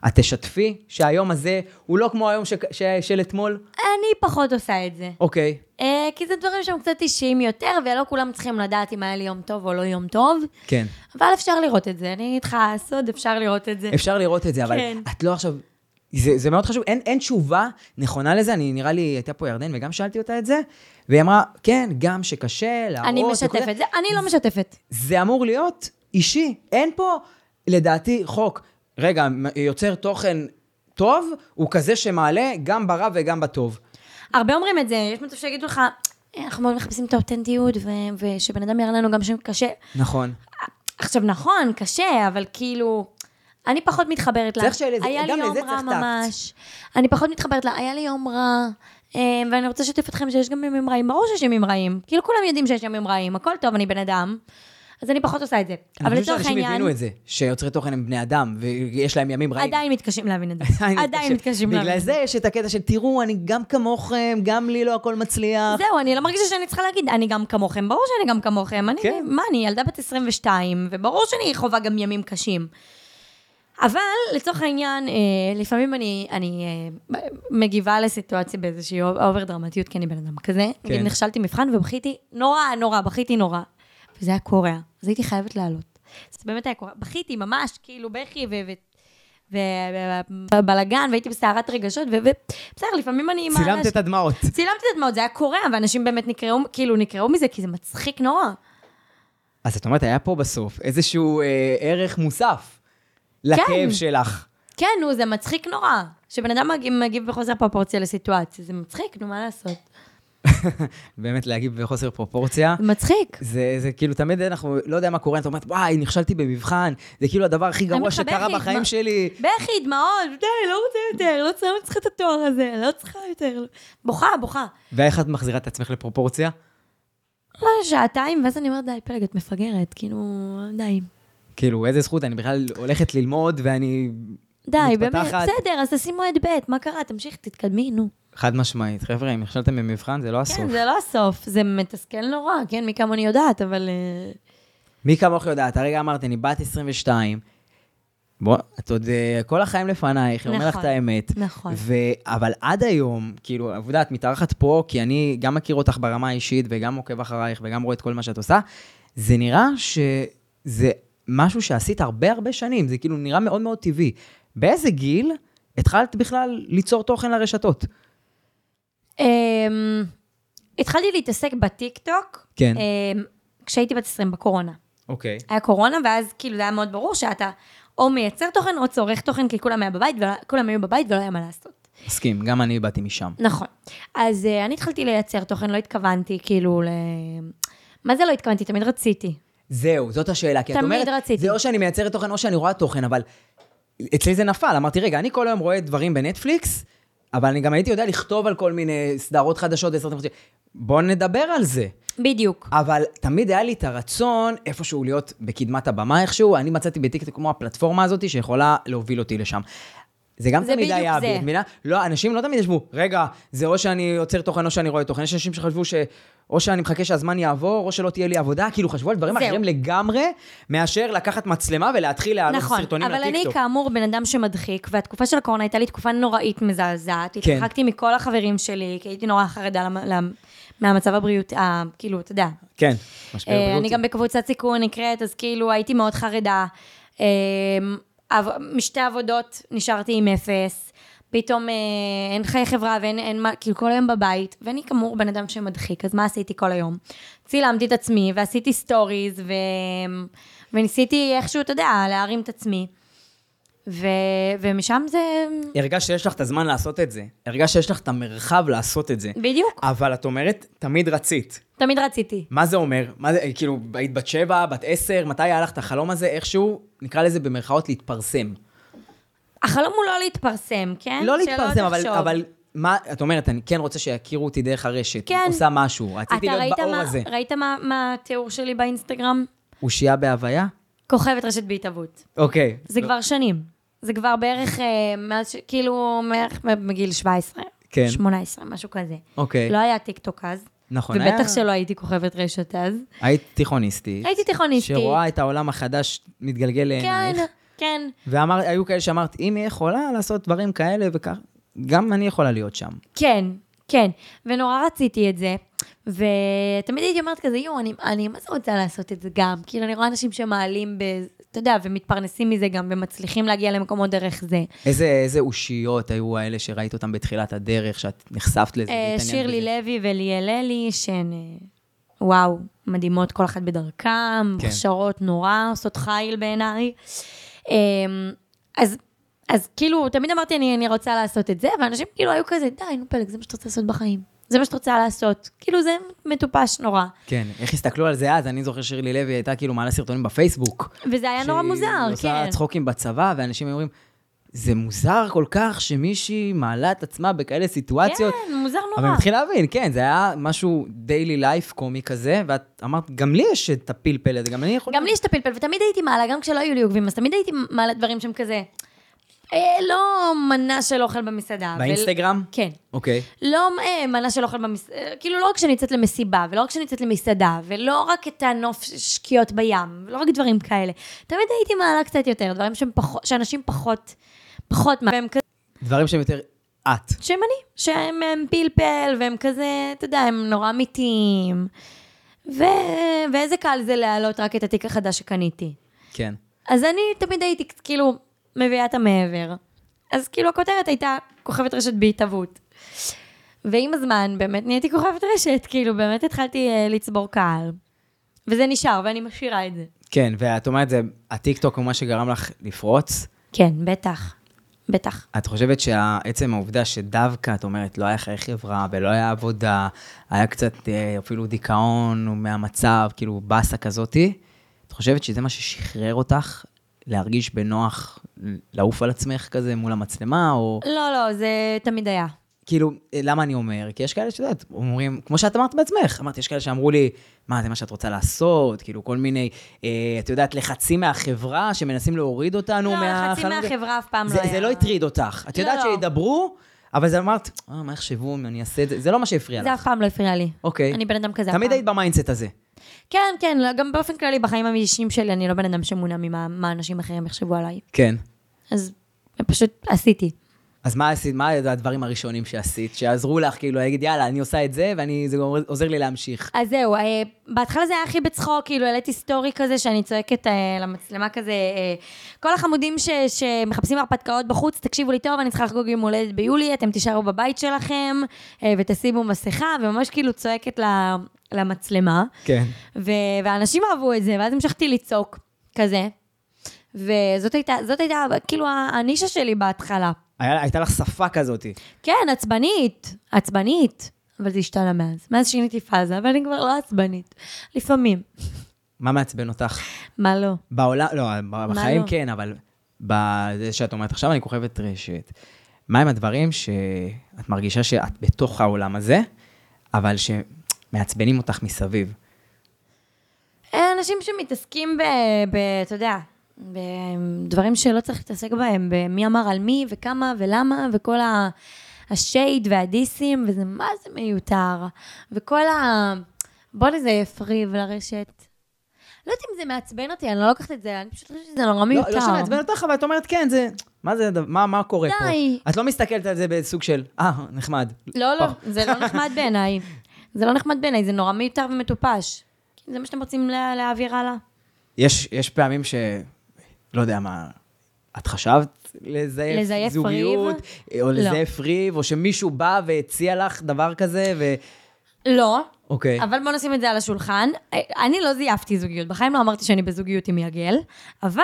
Speaker 2: את תשתפי שהיום הזה הוא לא כמו היום ש- ש- של אתמול?
Speaker 1: אני פחות עושה את זה.
Speaker 2: אוקיי.
Speaker 1: אה, כי זה דברים שהם קצת אישיים יותר, ולא כולם צריכים לדעת אם היה לי יום טוב או לא יום טוב,
Speaker 2: כן.
Speaker 1: אבל אפשר לראות את זה. אני איתך סוד, אפשר לראות את זה.
Speaker 2: אפשר לראות את זה, אבל
Speaker 1: כן.
Speaker 2: את לא עכשיו... זה, זה מאוד חשוב, אין, אין תשובה נכונה לזה, אני נראה לי, הייתה פה ירדן וגם שאלתי אותה את זה, והיא אמרה, כן, גם שקשה להראות.
Speaker 1: אני
Speaker 2: וכל
Speaker 1: משתפת. זה, אני לא משתפת.
Speaker 2: זה אמור להיות אישי. אין פה, לדעתי, חוק. רגע, מ- יוצר תוכן טוב, הוא כזה שמעלה גם ברע וגם בטוב.
Speaker 1: הרבה אומרים את זה, יש מצב שיגידו לך, "אה, אנחנו מאוד מחפשים את האותנטיות, ו- ושבן אדם יראה לנו גם שם קשה.
Speaker 2: נכון.
Speaker 1: עכשיו, נכון, קשה, אבל כאילו, אני פחות מתחברת ל...
Speaker 2: צריך שלזה-
Speaker 1: היה לי
Speaker 2: גם
Speaker 1: יום
Speaker 2: לזה
Speaker 1: רע
Speaker 2: צריך טקט.
Speaker 1: ממש. אני פחות מתחברת ל... היה לי יום רע, אה, ואני רוצה לשתף אתכם שיש גם ימים רעים. ברור שיש ימים רעים. כאילו, כולם יודעים שיש ימים רעים, הכל טוב, אני בן אדם. אז אני פחות עושה את זה. אבל
Speaker 2: אני חושב
Speaker 1: לצורך
Speaker 2: שאנשים
Speaker 1: העניין,
Speaker 2: הבינו את זה, שיוצרי תוכן הם בני אדם, ויש להם ימים רעים.
Speaker 1: עדיין מתקשים להבין את זה. עדיין מתקשים להבין
Speaker 2: בגלל
Speaker 1: את זה.
Speaker 2: זה יש את הקטע של, תראו, אני גם כמוכם, גם לי לא הכל מצליח.
Speaker 1: זהו, אני לא מרגישה שאני צריכה להגיד, אני גם כמוכם, ברור שאני גם כמוכם. אני,
Speaker 2: כן.
Speaker 1: מה, אני ילדה בת 22, וברור שאני חווה גם ימים קשים. אבל לצורך העניין, אה, לפעמים אני, אני אה, מגיבה לסיטואציה באיזושהי אובר דרמטיות, כי אני בן אדם כזה.
Speaker 2: כן.
Speaker 1: נגיד, נכשלתי מבחן ובכיתי נורא, נורא, בכיתי נורא. וזה היה קורע, אז הייתי חייבת לעלות. זה באמת היה קורע. בכיתי ממש, כאילו, בכי ובלאגן, והייתי בסערת רגשות, ובסדר, לפעמים אני... עם
Speaker 2: צילמת
Speaker 1: האנשים-
Speaker 2: את הדמעות.
Speaker 1: צילמתי את הדמעות, זה היה קורע, ואנשים באמת נקראו, כאילו, נקראו מזה, כי זה מצחיק נורא.
Speaker 2: אז את אומרת, היה פה בסוף איזשהו אה, ערך מוסף לכאב שלך.
Speaker 1: כן, נו, זה מצחיק נורא. שבן אדם מגיב, מגיב בחוסר פרופורציה לסיטואציה, זה מצחיק, נו, מה לעשות?
Speaker 2: באמת להגיב בחוסר פרופורציה.
Speaker 1: זה מצחיק.
Speaker 2: זה, זה כאילו, תמיד אנחנו, לא יודע מה קורה, את אומרת, וואי, נכשלתי במבחן, זה כאילו הדבר הכי
Speaker 1: אני
Speaker 2: גרוע
Speaker 1: מתחבכת,
Speaker 2: שקרה בחיים
Speaker 1: מה-
Speaker 2: שלי.
Speaker 1: בכי, דמעות, די, לא רוצה יותר, לא צריכה- לא צריכה את התואר הזה, לא צריכה יותר. בוכה, בוכה.
Speaker 2: ואיך את מחזירה את עצמך לפרופורציה?
Speaker 1: מה, שעתיים, ואז אני אומרת, די, פלג, את מפגרת, כאילו, די.
Speaker 2: כאילו, איזה זכות, אני בכלל הולכת ללמוד, ואני...
Speaker 1: די, באמת,
Speaker 2: מתפתחת.
Speaker 1: בסדר, אז תשימו את ב', מה קרה? תמשיך, תתקדמי, נו.
Speaker 2: חד משמעית. חבר'ה, אם נכשלתם במבחן, זה לא הסוף.
Speaker 1: כן, זה לא הסוף, זה מתסכל נורא, כן, מי כמוני יודעת, אבל... אה,
Speaker 2: מי כמוך יודעת, הרגע אמרת, אני בת 22. בוא, את עוד אה, כל החיים לפנייך, אני אומר לך
Speaker 1: נכון,
Speaker 2: את האמת.
Speaker 1: נכון.
Speaker 2: ו... אבל עד היום, כאילו, עבודה, את מתארחת פה, כי אני גם מכיר אותך ברמה האישית, וגם עוקב אחרייך, וגם רואה את כל מה שאת עושה. זה נראה שזה משהו שעשית הרבה הרבה שנים, זה כאילו נראה מאוד מאוד טבעי. באיזה גיל התחלת בכלל ליצור תוכן לרשתות?
Speaker 1: אמ, התחלתי להתעסק בטיקטוק,
Speaker 2: כן.
Speaker 1: אמ, כשהייתי בת 20 בקורונה.
Speaker 2: אוקיי.
Speaker 1: היה קורונה, ואז כאילו זה היה מאוד ברור שאתה או מייצר תוכן או צורך תוכן, כי כולם, היה בבית, ולא, כולם היו בבית ולא היה מה לעשות.
Speaker 2: מסכים, גם אני באתי משם.
Speaker 1: נכון. אז אה, אני התחלתי לייצר תוכן, לא התכוונתי כאילו ל... מה זה לא התכוונתי? תמיד רציתי.
Speaker 2: זהו, זאת השאלה. כי את
Speaker 1: תמיד
Speaker 2: אומרת,
Speaker 1: רציתי.
Speaker 2: זה או שאני מייצרת תוכן או שאני רואה תוכן, אבל אצלי זה נפל. אמרתי, רגע, אני כל היום רואה דברים בנטפליקס, אבל אני גם הייתי יודע לכתוב על כל מיני סדרות חדשות וסרטים חדשים. בואו נדבר על זה.
Speaker 1: בדיוק.
Speaker 2: אבל תמיד היה לי את הרצון איפשהו להיות בקדמת הבמה איכשהו, אני מצאתי בטיקטוק כמו הפלטפורמה הזאת שיכולה להוביל אותי לשם. זה גם
Speaker 1: זה
Speaker 2: תמיד
Speaker 1: בדיוק
Speaker 2: היה,
Speaker 1: זה.
Speaker 2: את מבינה? לא, אנשים לא תמיד ישבו, רגע, זה או שאני יוצר תוכן או שאני רואה תוכן. יש אנשים שחשבו ש... או שאני מחכה שהזמן יעבור, או שלא תהיה לי עבודה, כאילו חשבו על דברים
Speaker 1: זהו.
Speaker 2: אחרים לגמרי, מאשר לקחת מצלמה ולהתחיל להעלות
Speaker 1: נכון,
Speaker 2: סרטונים
Speaker 1: אבל אני
Speaker 2: לטיקטוק.
Speaker 1: כאמור בן אדם שמדחיק, והתקופה של הקורונה הייתה לי תקופה נוראית מזעזעת.
Speaker 2: כן.
Speaker 1: כן. התרחקתי מכל החברים שלי, כי הייתי נורא חרדה למ... למ... מהמצב הבריאות, ה- כאילו, אתה יודע,
Speaker 2: כן, משבר
Speaker 1: אה,
Speaker 2: בריאותי.
Speaker 1: אני גם בקבוצת סיכון נקראת, אז כאילו הייתי מאוד חרדה. אה, עב- משתי עבודות נשארתי עם אפס. פתאום אה, אין חיי חברה ואין אין, מה, כאילו כל היום בבית, ואני כאמור בן אדם שמדחיק, אז מה עשיתי כל היום? צילמתי את עצמי ועשיתי סטוריז ו... וניסיתי איכשהו, אתה יודע, להרים את עצמי. ו... ומשם זה...
Speaker 2: הרגשת שיש לך את הזמן לעשות את זה. הרגשת שיש לך את המרחב לעשות את זה.
Speaker 1: בדיוק,
Speaker 2: אבל את אומרת, תמיד רצית.
Speaker 1: תמיד רציתי.
Speaker 2: מה זה אומר? מה זה, כאילו, היית בת שבע, בת עשר, מתי היה לך את החלום הזה איכשהו, נקרא לזה במרכאות להתפרסם.
Speaker 1: החלום הוא לא להתפרסם, כן? שלא
Speaker 2: לא להתפרסם, אבל,
Speaker 1: תחשוב.
Speaker 2: אבל מה, את אומרת, אני כן רוצה שיכירו אותי דרך הרשת.
Speaker 1: כן.
Speaker 2: עושה משהו, רציתי
Speaker 1: אתה
Speaker 2: להיות
Speaker 1: ראית
Speaker 2: באור
Speaker 1: מה-
Speaker 2: הזה.
Speaker 1: ראית מה מה התיאור שלי באינסטגרם?
Speaker 2: אושייה בהוויה?
Speaker 1: כוכבת רשת בהתהוות.
Speaker 2: אוקיי.
Speaker 1: זה
Speaker 2: לא-
Speaker 1: כבר שנים. זה כבר בערך, אה, מאז ש... כאילו, בערך מגיל 17.
Speaker 2: כן.
Speaker 1: 18, משהו כזה.
Speaker 2: אוקיי.
Speaker 1: לא היה טיקטוק אז.
Speaker 2: נכון, היה-
Speaker 1: ובטח שלא הייתי כוכבת רשת אז.
Speaker 2: היית תיכוניסטית.
Speaker 1: הייתי תיכוניסטית.
Speaker 2: שרואה את העולם החדש מתגלגל
Speaker 1: כן,
Speaker 2: לעינייך.
Speaker 1: כן.
Speaker 2: והיו כאלה שאמרת, אם היא יכולה לעשות דברים כאלה וכך, גם אני יכולה להיות שם.
Speaker 1: כן, כן. ונורא רציתי את זה. ותמיד הייתי אומרת כזה, יואו, אני, אני מה זה רוצה לעשות את זה גם? כאילו, אני רואה אנשים שמעלים, ב, אתה יודע, ומתפרנסים מזה גם, ומצליחים להגיע למקומות דרך זה.
Speaker 2: איזה, איזה אושיות היו האלה שראית אותן בתחילת הדרך, שאת נחשפת לזה?
Speaker 1: אה,
Speaker 2: והתעניינת
Speaker 1: שירלי
Speaker 2: בזה?
Speaker 1: לוי וליאל אלי, שהן, אה, וואו, מדהימות כל אחת בדרכן,
Speaker 2: כן.
Speaker 1: מוכשרות נורא, עושות חיל בעיניי. אה, אז, אז כאילו, תמיד אמרתי, אני, אני רוצה לעשות את זה, ואנשים כאילו היו כזה, די, נו פלג, זה מה שאת רוצה לעשות בחיים. זה מה שאת רוצה לעשות. כאילו, זה מטופש נורא.
Speaker 2: כן, איך הסתכלו על זה אז? אני זוכר שירלי לוי הייתה כאילו מעלה סרטונים בפייסבוק.
Speaker 1: וזה היה נורא מוזר,
Speaker 2: שהיא
Speaker 1: כן.
Speaker 2: עושה צחוקים בצבא, ואנשים היו אומרים, זה מוזר כל כך שמישהי מעלה את עצמה בכאלה סיטואציות.
Speaker 1: כן, מוזר
Speaker 2: אבל אני
Speaker 1: נורא.
Speaker 2: מתחיל להבין, כן, זה היה משהו דיילי לייף קומי כזה, ואת אמרת, גם לי יש את הפלפל הזה, גם אני יכולה...
Speaker 1: גם לי יש את הפלפל, ותמיד הייתי מעלה, גם כשלא היו לי עוקבים, אז תמיד הייתי מעלה דברים שהם כזה. אה, לא מנה של אוכל במסעדה. אבל-
Speaker 2: באינסטגרם?
Speaker 1: כן.
Speaker 2: אוקיי.
Speaker 1: לא אה, מנה של אוכל במסעדה, כאילו לא רק כשאני יוצאת למסיבה, ולא רק כשאני יוצאת למסעדה, ולא רק את הנוף ש- שקיעות בים, ולא רק דברים כאלה. תמיד הייתי מעלה קצת יותר, דברים שהם פחות, שאנשים פחות, פחות מה... והם כזה,
Speaker 2: דברים שהם יותר את.
Speaker 1: שהם אני, שהם הם פלפל, והם כזה, אתה יודע, הם נורא אמיתיים. ו... ואיזה קל זה להעלות רק את התיק החדש שקניתי.
Speaker 2: כן.
Speaker 1: אז אני תמיד הייתי כאילו מביאה את המעבר. אז כאילו הכותרת הייתה כוכבת רשת בהתהוות. ועם הזמן באמת נהייתי כוכבת רשת, כאילו באמת התחלתי אה, לצבור קהל. וזה נשאר, ואני משאירה את זה.
Speaker 2: כן, ואת אומרת, זה הטיקטוק הוא מה שגרם לך לפרוץ.
Speaker 1: כן, בטח. בטח.
Speaker 2: את חושבת שעצם העובדה שדווקא, את אומרת, לא היה חיי חברה ולא היה עבודה, היה קצת אה, אפילו דיכאון מהמצב, כאילו באסה כזאתי, את חושבת שזה מה ששחרר אותך להרגיש בנוח לעוף על עצמך כזה מול המצלמה, או
Speaker 1: לא, לא, זה תמיד היה.
Speaker 2: כאילו, אה, למה אני אומר? כי יש כאלה שאת יודעת, אומרים, כמו שאת אמרת בעצמך, אמרת, יש כאלה שאמרו לי, מה, זה מה שאת רוצה לעשות? כאילו, כל מיני, אה, את יודעת, לחצים מהחברה שמנסים להוריד אותנו
Speaker 1: לא,
Speaker 2: מהחלום
Speaker 1: לחצים
Speaker 2: הזה.
Speaker 1: מהחברה אף פעם
Speaker 2: זה,
Speaker 1: לא היה.
Speaker 2: זה לא הטריד אותך. את
Speaker 1: לא,
Speaker 2: יודעת
Speaker 1: לא.
Speaker 2: שידברו, אבל זה אמרת, אה, מה יחשבו אם אני אעשה את זה? זה לא מה שהפריע
Speaker 1: זה
Speaker 2: לך.
Speaker 1: אף פעם לא הפריע לי.
Speaker 2: אוקיי.
Speaker 1: אני בן אדם כזה. אף
Speaker 2: תמיד
Speaker 1: פעם.
Speaker 2: היית במיינדסט הזה.
Speaker 1: כן, כן, לא, גם באופן כללי בחיים האישיים שלי, אני לא בן אדם שמונע ממה מה אנשים אחרים יחשבו עליי.
Speaker 2: כן.
Speaker 1: אז פשוט עשיתי.
Speaker 2: אז מה עשית, מה הדברים הראשונים שעשית, שעזרו לך, כאילו, להגיד, יאללה, אני עושה את זה, וזה גם עוזר לי להמשיך.
Speaker 1: אז זהו, אה, בהתחלה זה היה הכי בצחוק, כאילו העליתי סטורי כזה שאני צועקת אה, למצלמה כזה, אה, כל החמודים ש, שמחפשים הרפתקאות בחוץ, תקשיבו לי טוב, אני צריכה לחגוג יום הולדת ביולי, אתם תישארו בבית שלכם אה, ותשימו מסכה, וממש כאילו צועקת ל- למצלמה.
Speaker 2: כן.
Speaker 1: ו- ואנשים אהבו את זה, ואז המשכתי לצעוק, כזה. וזאת הייתה, זאת הייתה כאילו הנישה שלי בהתחלה.
Speaker 2: היה, הייתה לך שפה כזאת.
Speaker 1: כן, עצבנית, עצבנית. אבל זה השתנה מאז. מאז שיניתי פאזה, ואני כבר לא עצבנית. לפעמים.
Speaker 2: מה מעצבן אותך?
Speaker 1: מה לא?
Speaker 2: בעולם, לא, בחיים
Speaker 1: לא?
Speaker 2: כן, אבל בזה שאת אומרת, עכשיו אני כוכבת רשת. מהם הדברים שאת מרגישה שאת בתוך העולם הזה, אבל שמעצבנים אותך מסביב?
Speaker 1: אה, אנשים שמתעסקים ב... ב אתה יודע, בדברים שלא צריך להתעסק בהם, במי אמר על מי וכמה ולמה, וכל ה... השייד והדיסים, וזה מה זה מיותר. וכל ה... בוא נזייף ריב לרשת. לא יודעת אם זה מעצבן אותי, אני לא לוקחת את זה, אני פשוט חושבת שזה נורא
Speaker 2: לא,
Speaker 1: מיותר.
Speaker 2: לא שמעצבן אותך, אבל את אומרת, כן, זה... מה זה, הדבר- מה, מה קורה פה?
Speaker 1: די.
Speaker 2: את לא מסתכלת על זה בסוג של, אה, נחמד.
Speaker 1: לא, לא,
Speaker 2: פח.
Speaker 1: זה לא נחמד בעיניי. זה לא נחמד בעיניי, זה נורא מיותר ומטופש. כן, זה מה שאתם רוצים לה, להעביר הלאה.
Speaker 2: יש, יש פעמים ש... לא יודע מה... את חשבת לזייף,
Speaker 1: לזייף לא.
Speaker 2: זוגיות, או לזייף ריב, או שמישהו בא והציע לך דבר כזה, ו...
Speaker 1: לא,
Speaker 2: אוקיי.
Speaker 1: אבל בוא נשים את זה על השולחן. אני לא זייפתי זוגיות, בחיים לא אמרתי שאני בזוגיות עם יגל, אבל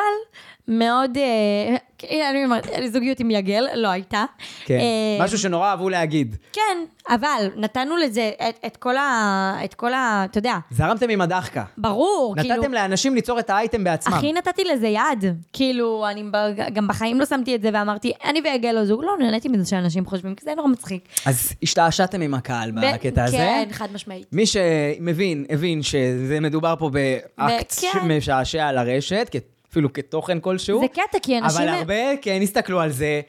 Speaker 1: מאוד... אה, אה, אני אומרת, זוגיות עם יגל, לא הייתה.
Speaker 2: כן.
Speaker 1: אה,
Speaker 2: משהו שנורא אהבו להגיד.
Speaker 1: כן, אבל נתנו לזה את, את כל ה... את כל ה... אתה יודע,
Speaker 2: זרמתם עם הדחקה.
Speaker 1: ברור, כאילו...
Speaker 2: נתתם לאנשים ליצור את האייטם בעצמם.
Speaker 1: אחי, נתתי לזה יד. כאילו, אני ב- גם בחיים לא שמתי את זה ואמרתי, אני ויגל לא זוג. לא, נהניתי מזה שאנשים חושבים, כי זה נורא מצחיק.
Speaker 2: אז השתעשעתם עם הקהל
Speaker 1: ו-
Speaker 2: בקטע הזה.
Speaker 1: כן, חד משמעית.
Speaker 2: מי שמבין, הבין שזה מדובר פה באקט
Speaker 1: וכן.
Speaker 2: שמשעשע על הרשת, כ- אפילו כתוכן כלשהו.
Speaker 1: כן. זה קטע, כי אנשים...
Speaker 2: אבל הרבה כן הסתכלו על זה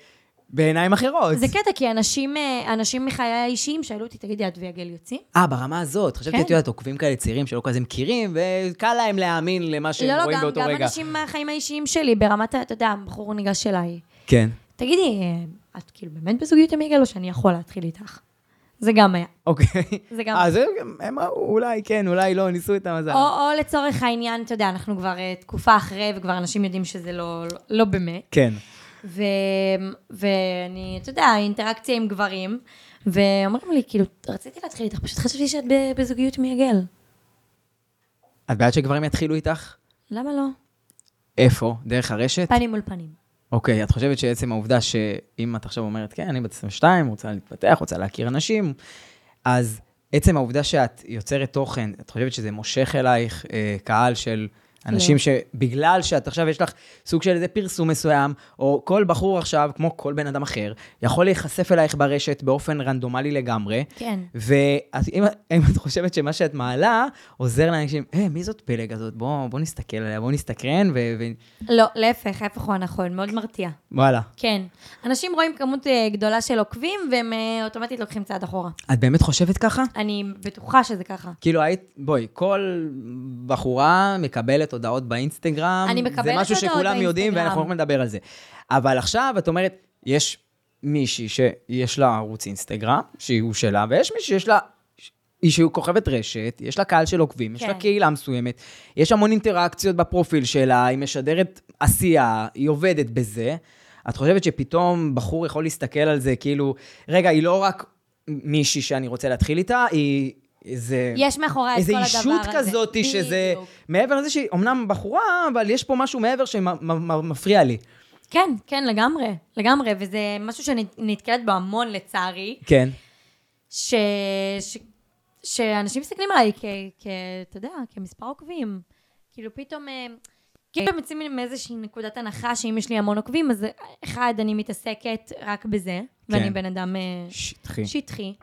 Speaker 2: בעיניים אחרות.
Speaker 1: זה קטע, כי אנשים, אה, אנשים מחיי האישיים שאלו אותי, תגידי, את ויגל יוצאים?
Speaker 2: אה, ברמה הזאת. חשבתי,
Speaker 1: כן.
Speaker 2: את יודעת, עוקבים כאלה צעירים שלא כזה מכירים, וקל להם להאמין למה שהם
Speaker 1: לא, לא,
Speaker 2: רואים
Speaker 1: גם,
Speaker 2: באותו
Speaker 1: גם
Speaker 2: רגע.
Speaker 1: אנשים מהחיים האישיים שלי, ברמת, ה- אתה יודע, הבחור ניגש אליי.
Speaker 2: כן.
Speaker 1: תגידי, אה, את כאילו באמת בזוגיות עם יגאל, או שאני יכול להתחיל איתך? זה גם היה.
Speaker 2: אוקיי.
Speaker 1: זה גם-
Speaker 2: אה, זה גם... הם ראו, אולי כן, אולי לא, ניסו את המזל.
Speaker 1: או, או לצורך העניין, אתה יודע, אנחנו כבר אה, תקופה אחרי, וכבר אנשים יודעים שזה לא, לא, לא באמת.
Speaker 2: כן.
Speaker 1: ו... ואני, אתה יודע, אינטראקציה עם גברים, ואומרים לי, כאילו, רציתי להתחיל איתך, פשוט חשבתי שאת ב- בזוגיות מיגל.
Speaker 2: את בעד שגברים יתחילו איתך?
Speaker 1: למה לא?
Speaker 2: איפה? דרך הרשת?
Speaker 1: פנים מול פנים.
Speaker 2: אוקיי, את חושבת שעצם העובדה שאם את עכשיו אומרת, כן, אני בת 22, רוצה להתפתח, רוצה להכיר אנשים, אז עצם העובדה שאת יוצרת תוכן, את חושבת שזה מושך אלייך אה, קהל של אנשים שבגלל שאת עכשיו יש לך סוג של איזה פרסום מסוים, או כל בחור עכשיו, כמו כל בן אדם אחר, יכול להיחשף אלייך ברשת באופן רנדומלי לגמרי.
Speaker 1: כן.
Speaker 2: ואם אם את חושבת שמה שאת מעלה עוזר לאנשים, אה, מי זאת פלג הזאת? בוא, בוא נסתכל עליה, בוא נסתקרן, ו... ו-
Speaker 1: לא, להפך, ההפך הוא הנכון, מאוד מרתיע.
Speaker 2: וואלה.
Speaker 1: כן. אנשים רואים כמות אה, גדולה של עוקבים, והם אה, אוטומטית לוקחים צעד אחורה.
Speaker 2: את באמת חושבת ככה?
Speaker 1: אני בטוחה שזה ככה.
Speaker 2: כאילו היית, בואי, כל בחורה מקבלת הודעות באינסטגרם.
Speaker 1: אני מקבלת
Speaker 2: זה משהו
Speaker 1: הודעות
Speaker 2: שכולם יודעים
Speaker 1: באינסטגרם.
Speaker 2: ואנחנו יכולים לדבר על זה. אבל עכשיו את אומרת, יש מישהי שיש לה ערוץ אינסטגרם, שהוא שלה, ויש מישהי שיש לה, היא שהיא כוכבת רשת, יש לה קהל של עוקבים, יש לה
Speaker 1: כן.
Speaker 2: קהילה מסוימת, יש המון אינטראקציות בפרופיל שלה, היא משדרת עשייה, היא עובדת בזה. את חושבת שפתאום בחור יכול להסתכל על זה כאילו, רגע, היא לא רק מישהי שאני רוצה להתחיל איתה, היא... זה...
Speaker 1: יש מאחוריה את כל הדבר הזה.
Speaker 2: איזו אישות כזאת שזה,
Speaker 1: בדיוק.
Speaker 2: מעבר לזה שהיא אומנם בחורה, אבל יש פה משהו מעבר שמפריע לי.
Speaker 1: כן, כן, לגמרי, לגמרי, וזה משהו שאני נתקלת בו המון, לצערי,
Speaker 2: כן.
Speaker 1: ש... ש... שאנשים מסתכלים עליי כ... כ... אתה יודע, כמספר עוקבים. כאילו פתאום... אה, כאילו הם יוצאים מאיזושהי נקודת הנחה שאם יש לי המון עוקבים, אז אחד, אני מתעסקת רק בזה, ואני
Speaker 2: כן.
Speaker 1: בן אדם... אה,
Speaker 2: שטחי.
Speaker 1: שטחי.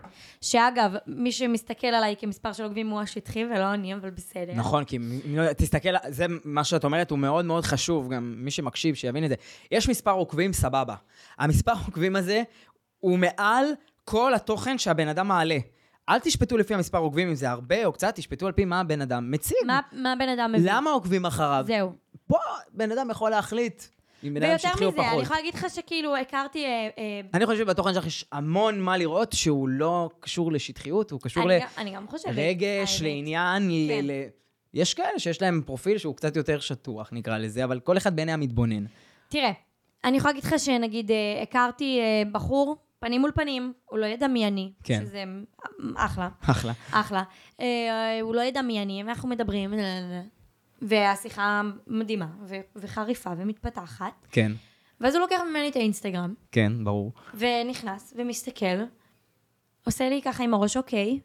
Speaker 1: שאגב, מי שמסתכל עליי כמספר של עוקבים הוא השטחי ולא אני, אבל בסדר.
Speaker 2: נכון, כי אם לא- תסתכל, זה מה שאת אומרת, הוא מאוד מאוד חשוב, גם מי שמקשיב, שיבין את זה. יש מספר עוקבים, סבבה. המספר עוקבים הזה הוא מעל כל התוכן שהבן אדם מעלה. אל תשפטו לפי המספר עוקבים, אם זה הרבה או קצת, תשפטו על פי מה הבן אדם מציג.
Speaker 1: מה, מה הבן אדם מבין?
Speaker 2: למה עוקבים אחריו?
Speaker 1: זהו.
Speaker 2: פה בן אדם יכול להחליט אם בן אדם
Speaker 1: ויותר
Speaker 2: שטחי או פחות.
Speaker 1: מזה, אני יכולה להגיד לך שכאילו הכרתי... אה, אה,
Speaker 2: אני חושב שבתוכן שלך יש המון מה לראות שהוא לא קשור לשטחיות, הוא קשור
Speaker 1: אני גם- אני גם חושבת. האמת.
Speaker 2: לרגש, לעניין,
Speaker 1: כן.
Speaker 2: ל... ל- יש כאלה שיש להם פרופיל שהוא קצת יותר שטוח, נקרא לזה, אבל כל אחד בעיני המתבונן.
Speaker 1: תראה, אני יכולה להגיד לך שנגיד אה, הכרתי אה, בחור, פנים מול פנים, הוא לא ידע מי אני.
Speaker 2: כן.
Speaker 1: שזה אה, אחלה.
Speaker 2: אחלה.
Speaker 1: אחלה. אה, הוא לא ידע מי אני, ואנחנו מדברים, והשיחה מדהימה, ו- וחריפה, ומתפתחת.
Speaker 2: כן,
Speaker 1: ואז הוא לוקח ממני את האינסטגרם,
Speaker 2: כן, ברור.
Speaker 1: ונכנס, ומסתכל, עושה לי ככה עם הראש אוקיי,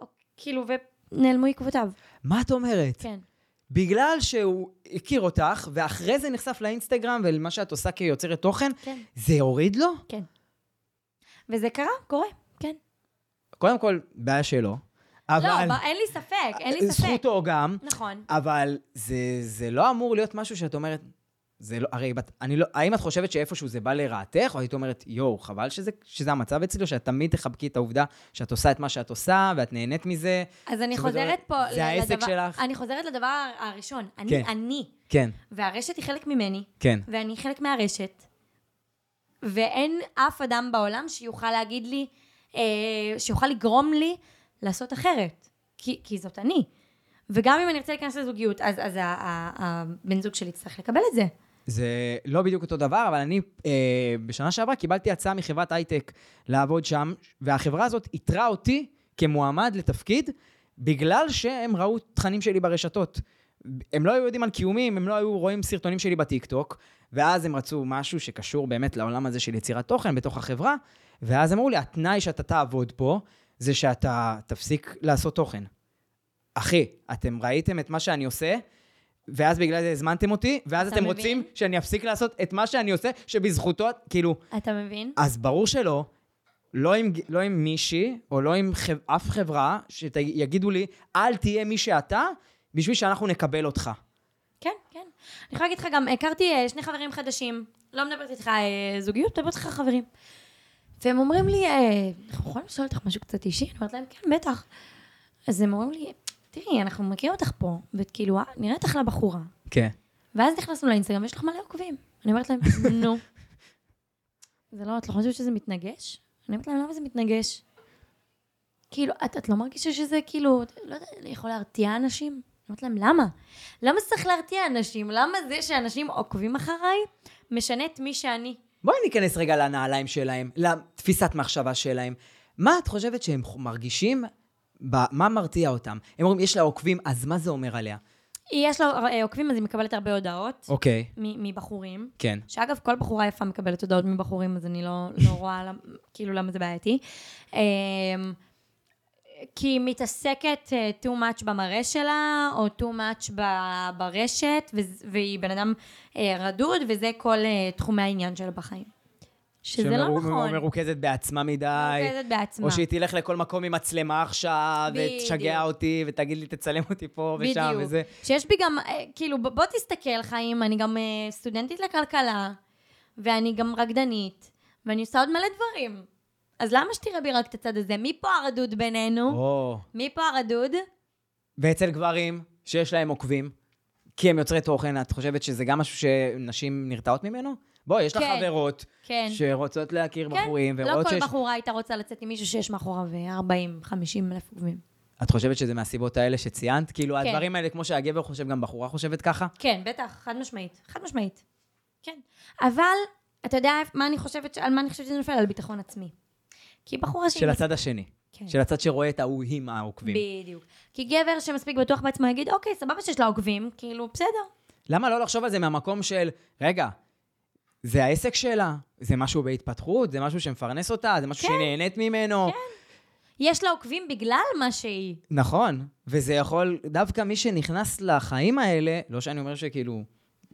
Speaker 1: או- כאילו, ונעלמו עקבותיו.
Speaker 2: מה את אומרת?
Speaker 1: כן.
Speaker 2: בגלל שהוא הכיר אותך, ואחרי זה נחשף לאינסטגרם ולמה שאת עושה כיוצרת תוכן,
Speaker 1: כן.
Speaker 2: זה הוריד לו?
Speaker 1: כן. וזה קרה, קורה, כן.
Speaker 2: קודם כל, בעיה שלו.
Speaker 1: לא,
Speaker 2: אבל... אה,
Speaker 1: ב- אין לי ספק, אין לי ספק.
Speaker 2: זכותו גם.
Speaker 1: נכון.
Speaker 2: אבל זה, זה לא אמור להיות משהו שאת אומרת, זה לא, הרי בת, אני לא, האם את חושבת שאיפשהו זה בא לרעתך, או היית אומרת, יואו, חבל שזה, שזה המצב אצלי, שאת תמיד תחבקי את העובדה שאת עושה את מה שאת עושה, ואת נהנית מזה?
Speaker 1: אז אני
Speaker 2: זאת אומרת,
Speaker 1: חוזרת פה
Speaker 2: זה העסק
Speaker 1: לדבר-
Speaker 2: שלך?
Speaker 1: אני חוזרת לדבר הראשון.
Speaker 2: כן.
Speaker 1: אני אני,
Speaker 2: כן,
Speaker 1: והרשת היא חלק ממני,
Speaker 2: כן.
Speaker 1: ואני חלק מהרשת, ואין אף אדם בעולם שיוכל להגיד לי, אה, שיוכל לגרום לי לעשות אחרת, כי, כי זאת אני. וגם אם אני ארצה להיכנס לזוגיות, אז, אז ה- ה- הבן זוג שלי יצטרך לקבל את זה.
Speaker 2: זה לא בדיוק אותו דבר, אבל אני אה, בשנה שעברה קיבלתי הצעה מחברת הייטק לעבוד שם, והחברה הזאת איתרה אותי כמועמד לתפקיד, בגלל שהם ראו תכנים שלי ברשתות. הם לא היו יודעים על קיומים, הם לא היו רואים סרטונים שלי בטיקטוק, ואז הם רצו משהו שקשור באמת לעולם הזה של יצירת תוכן בתוך החברה, ואז אמרו לי, התנאי שאתה תעבוד פה, זה שאתה תפסיק לעשות תוכן. אחי, אתם ראיתם את מה שאני עושה, ואז בגלל זה הזמנתם אותי, ואז
Speaker 1: אתה
Speaker 2: אתם
Speaker 1: מבין?
Speaker 2: רוצים שאני אפסיק לעשות את מה שאני עושה, שבזכותו, את- כאילו,
Speaker 1: אתה מבין?
Speaker 2: אז ברור שלא. לא עם, לא עם מישהי, או לא עם חב, אף חברה, שיגידו לי, אל תהיה מי שאתה, בשביל שאנחנו נקבל אותך.
Speaker 1: כן, כן. אני יכולה להגיד לך גם, הכרתי אה, שני חברים חדשים, לא מדברת איתך אה, זוגיות, מדברת איתך חברים. והם אומרים לי, אה, אנחנו יכולים לשאול אותך משהו קצת אישי? אני אומרת להם, כן, בטח. אז הם אומרים לי, תראי, אנחנו מכירים אותך פה, ואת כאילו, אה, נראית אחלה בחורה.
Speaker 2: כן.
Speaker 1: ואז נכנסנו לאינסטגרם, יש לך מלא עוקבים. אני אומרת להם, נו. זה לא, את לא חושבת שזה מתנגש? אני אומרת להם, למה זה מתנגש? כאילו, את, את לא מרגישה שזה כאילו, לא יודע, יכול להרתיע אנשים? אני אומרת להם, למה? למה זה צריך להרתיע אנשים? למה זה שאנשים עוקבים אחריי משנה את מי שאני?
Speaker 2: בואי ניכנס רגע לנעליים שלהם, לתפיסת מחשבה שלהם. מה את חושבת שהם חו- מרגישים? ב- מה מרתיע אותם? הם אומרים, יש לה עוקבים, אז מה זה אומר עליה?
Speaker 1: יש לה אה, עוקבים, אז היא מקבלת הרבה הודעות
Speaker 2: אוקיי.
Speaker 1: מ- מבחורים.
Speaker 2: כן.
Speaker 1: שאגב, כל בחורה יפה מקבלת הודעות מבחורים, אז אני לא, לא רואה למ, כאילו למה זה בעייתי. אמ, כי היא מתעסקת אה, too much במראה שלה, או too much ב- ברשת, וזה- והיא בן אדם אה, רדוד, וזה כל אה, תחומי העניין שלה בחיים. שזה לא
Speaker 2: שמרו-
Speaker 1: נכון.
Speaker 2: מרוכזת בעצמה מדי.
Speaker 1: מרוכזת בעצמה.
Speaker 2: או שהיא תלך לכל מקום עם מצלמה עכשיו,
Speaker 1: בדיוק.
Speaker 2: ותשגע אותי, ותגיד לי, תצלם אותי פה ושם,
Speaker 1: בדיוק.
Speaker 2: וזה.
Speaker 1: שיש בי גם, אה, כאילו, ב- בוא תסתכל, חיים, אני גם אה, סטודנטית לכלכלה, ואני גם רקדנית, ואני עושה עוד מלא דברים. אז למה שתראה בי רק את הצד הזה? מי פה הרדוד בינינו?
Speaker 2: או.
Speaker 1: מי פה הרדוד?
Speaker 2: ואצל גברים שיש להם עוקבים, כי הם יוצרי תוכן, את חושבת שזה גם משהו שנשים נרתעות ממנו? בואי, יש לך
Speaker 1: כן.
Speaker 2: חברות
Speaker 1: כן.
Speaker 2: שרוצות להכיר בחורים,
Speaker 1: לא
Speaker 2: ורואות
Speaker 1: כל
Speaker 2: שיש...
Speaker 1: בחורה הייתה רוצה לצאת עם מישהו שיש מאחוריו 40-50 אלף עוקבים.
Speaker 2: את חושבת שזה מהסיבות האלה שציינת? כאילו,
Speaker 1: כן.
Speaker 2: הדברים האלה, כמו שהגבר חושב, גם בחורה חושבת ככה?
Speaker 1: כן, בטח, חד משמעית. חד משמעית. כן. אבל, אתה יודע מה אני חושבת, ש- על מה אני חושבת שזה נופל? על ביטחון עצמי. כי בחורה שהיא...
Speaker 2: של הצד השני.
Speaker 1: כן.
Speaker 2: של הצד שרואה את ההוא עם העוקבים.
Speaker 1: בדיוק. כי גבר שמספיק בטוח בעצמו יגיד, אוקיי, סבבה שיש לה עוקבים, כאילו, בסדר.
Speaker 2: למה לא לחשוב על זה מהמקום של, רגע, זה העסק שלה, זה משהו בהתפתחות, זה משהו שמפרנס אותה, זה משהו שהיא נהנית ממנו.
Speaker 1: יש לה עוקבים בגלל מה שהיא.
Speaker 2: נכון, וזה יכול, דווקא מי שנכנס לחיים האלה, לא שאני אומר שכאילו,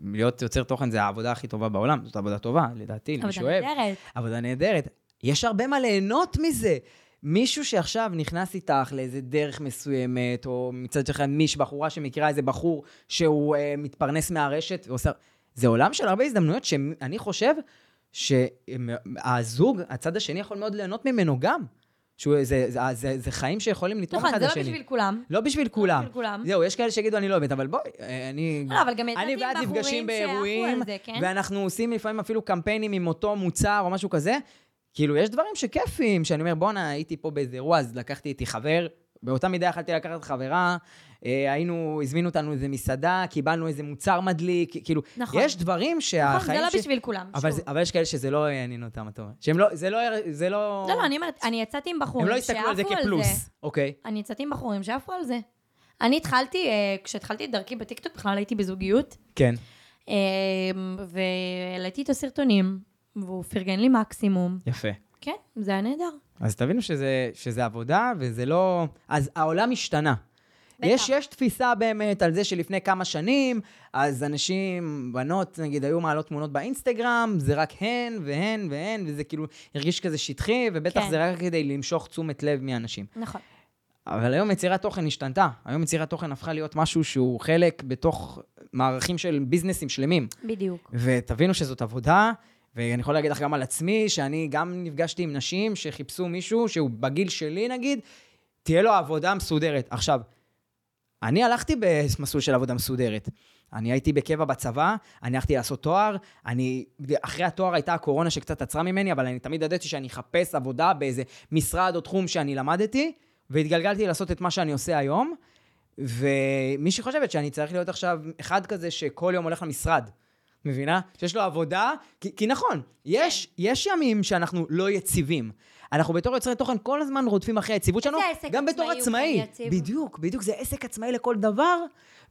Speaker 2: להיות יוצר תוכן זה העבודה הכי טובה בעולם, זאת עבודה טובה, לדעתי, למי
Speaker 1: עבודה
Speaker 2: שאוהב.
Speaker 1: נהדרת.
Speaker 2: עבודה נהדרת. יש הרבה מה ליהנות מזה. מישהו שעכשיו נכנס איתך לאיזה דרך מסוימת, או מצד אחד מישהו, בחורה שמכירה איזה בחור שהוא אה, מתפרנס מהרשת ועושה... זה עולם של הרבה הזדמנויות שאני חושב שהזוג, הצד השני יכול מאוד ליהנות ממנו גם. שהוא, זה, זה, זה, זה חיים שיכולים לתרום
Speaker 1: נכון,
Speaker 2: אחד
Speaker 1: זה לא
Speaker 2: לשני.
Speaker 1: בשביל כולם.
Speaker 2: לא בשביל כולם.
Speaker 1: בשביל כולם.
Speaker 2: זהו, יש כאלה שיגידו, אני לא אוהבת, אבל בואי, אה, אני...
Speaker 1: לא, אבל גם יצאתי
Speaker 2: אני
Speaker 1: עם
Speaker 2: ואת
Speaker 1: בחורים
Speaker 2: נפגשים
Speaker 1: שעפו על
Speaker 2: באירועים,
Speaker 1: זה, כן?
Speaker 2: ואנחנו עושים לפעמים אפילו קמפיינים עם אותו מוצר או משהו כזה. כאילו, יש דברים שכיפים, שאני אומר, בואנה, הייתי פה באיזה אירוע, אז לקחתי איתי חבר, באותה מידה יכלתי לקחת חברה, אה, היינו, הזמינו אותנו איזה מסעדה, קיבלנו איזה מוצר מדליק, כאילו,
Speaker 1: נכון.
Speaker 2: יש דברים שהחיים...
Speaker 1: נכון, זה לא
Speaker 2: ש-
Speaker 1: בשביל כולם.
Speaker 2: אבל
Speaker 1: שוב.
Speaker 2: זה- אבל יש כאלה שזה לא יעניין אותם, אתה אומר. שהם לא, זה לא... זה לא...
Speaker 1: לא, לא, אני אומרת, אני יצאתי עם
Speaker 2: הם לא
Speaker 1: בחורים שעפו
Speaker 2: יסתכלו על
Speaker 1: על
Speaker 2: זה
Speaker 1: זה.
Speaker 2: כפלוס, אוקיי.
Speaker 1: אני יצאתי עם בחורים שעפו על זה. אני התחלתי, אה, כשהתחלתי את דרכי בטיקטוק, בכלל הייתי בזוגיות,
Speaker 2: כן.
Speaker 1: אה, והעליתי איתו סרטונים, והוא פרגן לי מקסימום.
Speaker 2: יפה.
Speaker 1: כן, זה היה נהדר.
Speaker 2: אז תבינו שזה, שזה עבודה, וזה לא... אז העולם השתנה.
Speaker 1: בטח.
Speaker 2: יש, יש תפיסה באמת על זה שלפני כמה שנים, אז אנשים, בנות, נגיד, היו מעלות תמונות באינסטגרם, זה רק הן והן והן, וזה כאילו הרגיש כזה שטחי, ובטח
Speaker 1: כן.
Speaker 2: זה רק כדי למשוך תשומת לב מאנשים.
Speaker 1: נכון.
Speaker 2: אבל היום יצירת תוכן השתנתה. היום יצירת תוכן הפכה להיות משהו שהוא חלק בתוך מערכים של ביזנסים שלמים.
Speaker 1: בדיוק.
Speaker 2: ותבינו שזאת עבודה, ואני יכול להגיד לך גם על עצמי, שאני גם נפגשתי עם נשים שחיפשו מישהו שהוא בגיל שלי נגיד, תהיה לו עבודה מסודרת. עכשיו, אני הלכתי במסלול של עבודה מסודרת. אני הייתי בקבע בצבא, אני הלכתי לעשות תואר, אני, אחרי התואר הייתה הקורונה שקצת עצרה ממני, אבל אני תמיד ידעתי שאני אחפש עבודה באיזה משרד או תחום שאני למדתי, והתגלגלתי לעשות את מה שאני עושה היום. ומי שחושבת שאני צריך להיות עכשיו אחד כזה שכל יום הולך למשרד, מבינה? שיש לו עבודה, כי, כי נכון, יש,
Speaker 1: כן.
Speaker 2: יש ימים שאנחנו לא יציבים. אנחנו בתור יוצרי תוכן כל הזמן רודפים אחרי היציבות שלנו,
Speaker 1: זה עסק
Speaker 2: גם בתור
Speaker 1: עצמאי, הוא
Speaker 2: עצמאי.
Speaker 1: כן יציב.
Speaker 2: בדיוק, בדיוק, זה עסק עצמאי לכל דבר,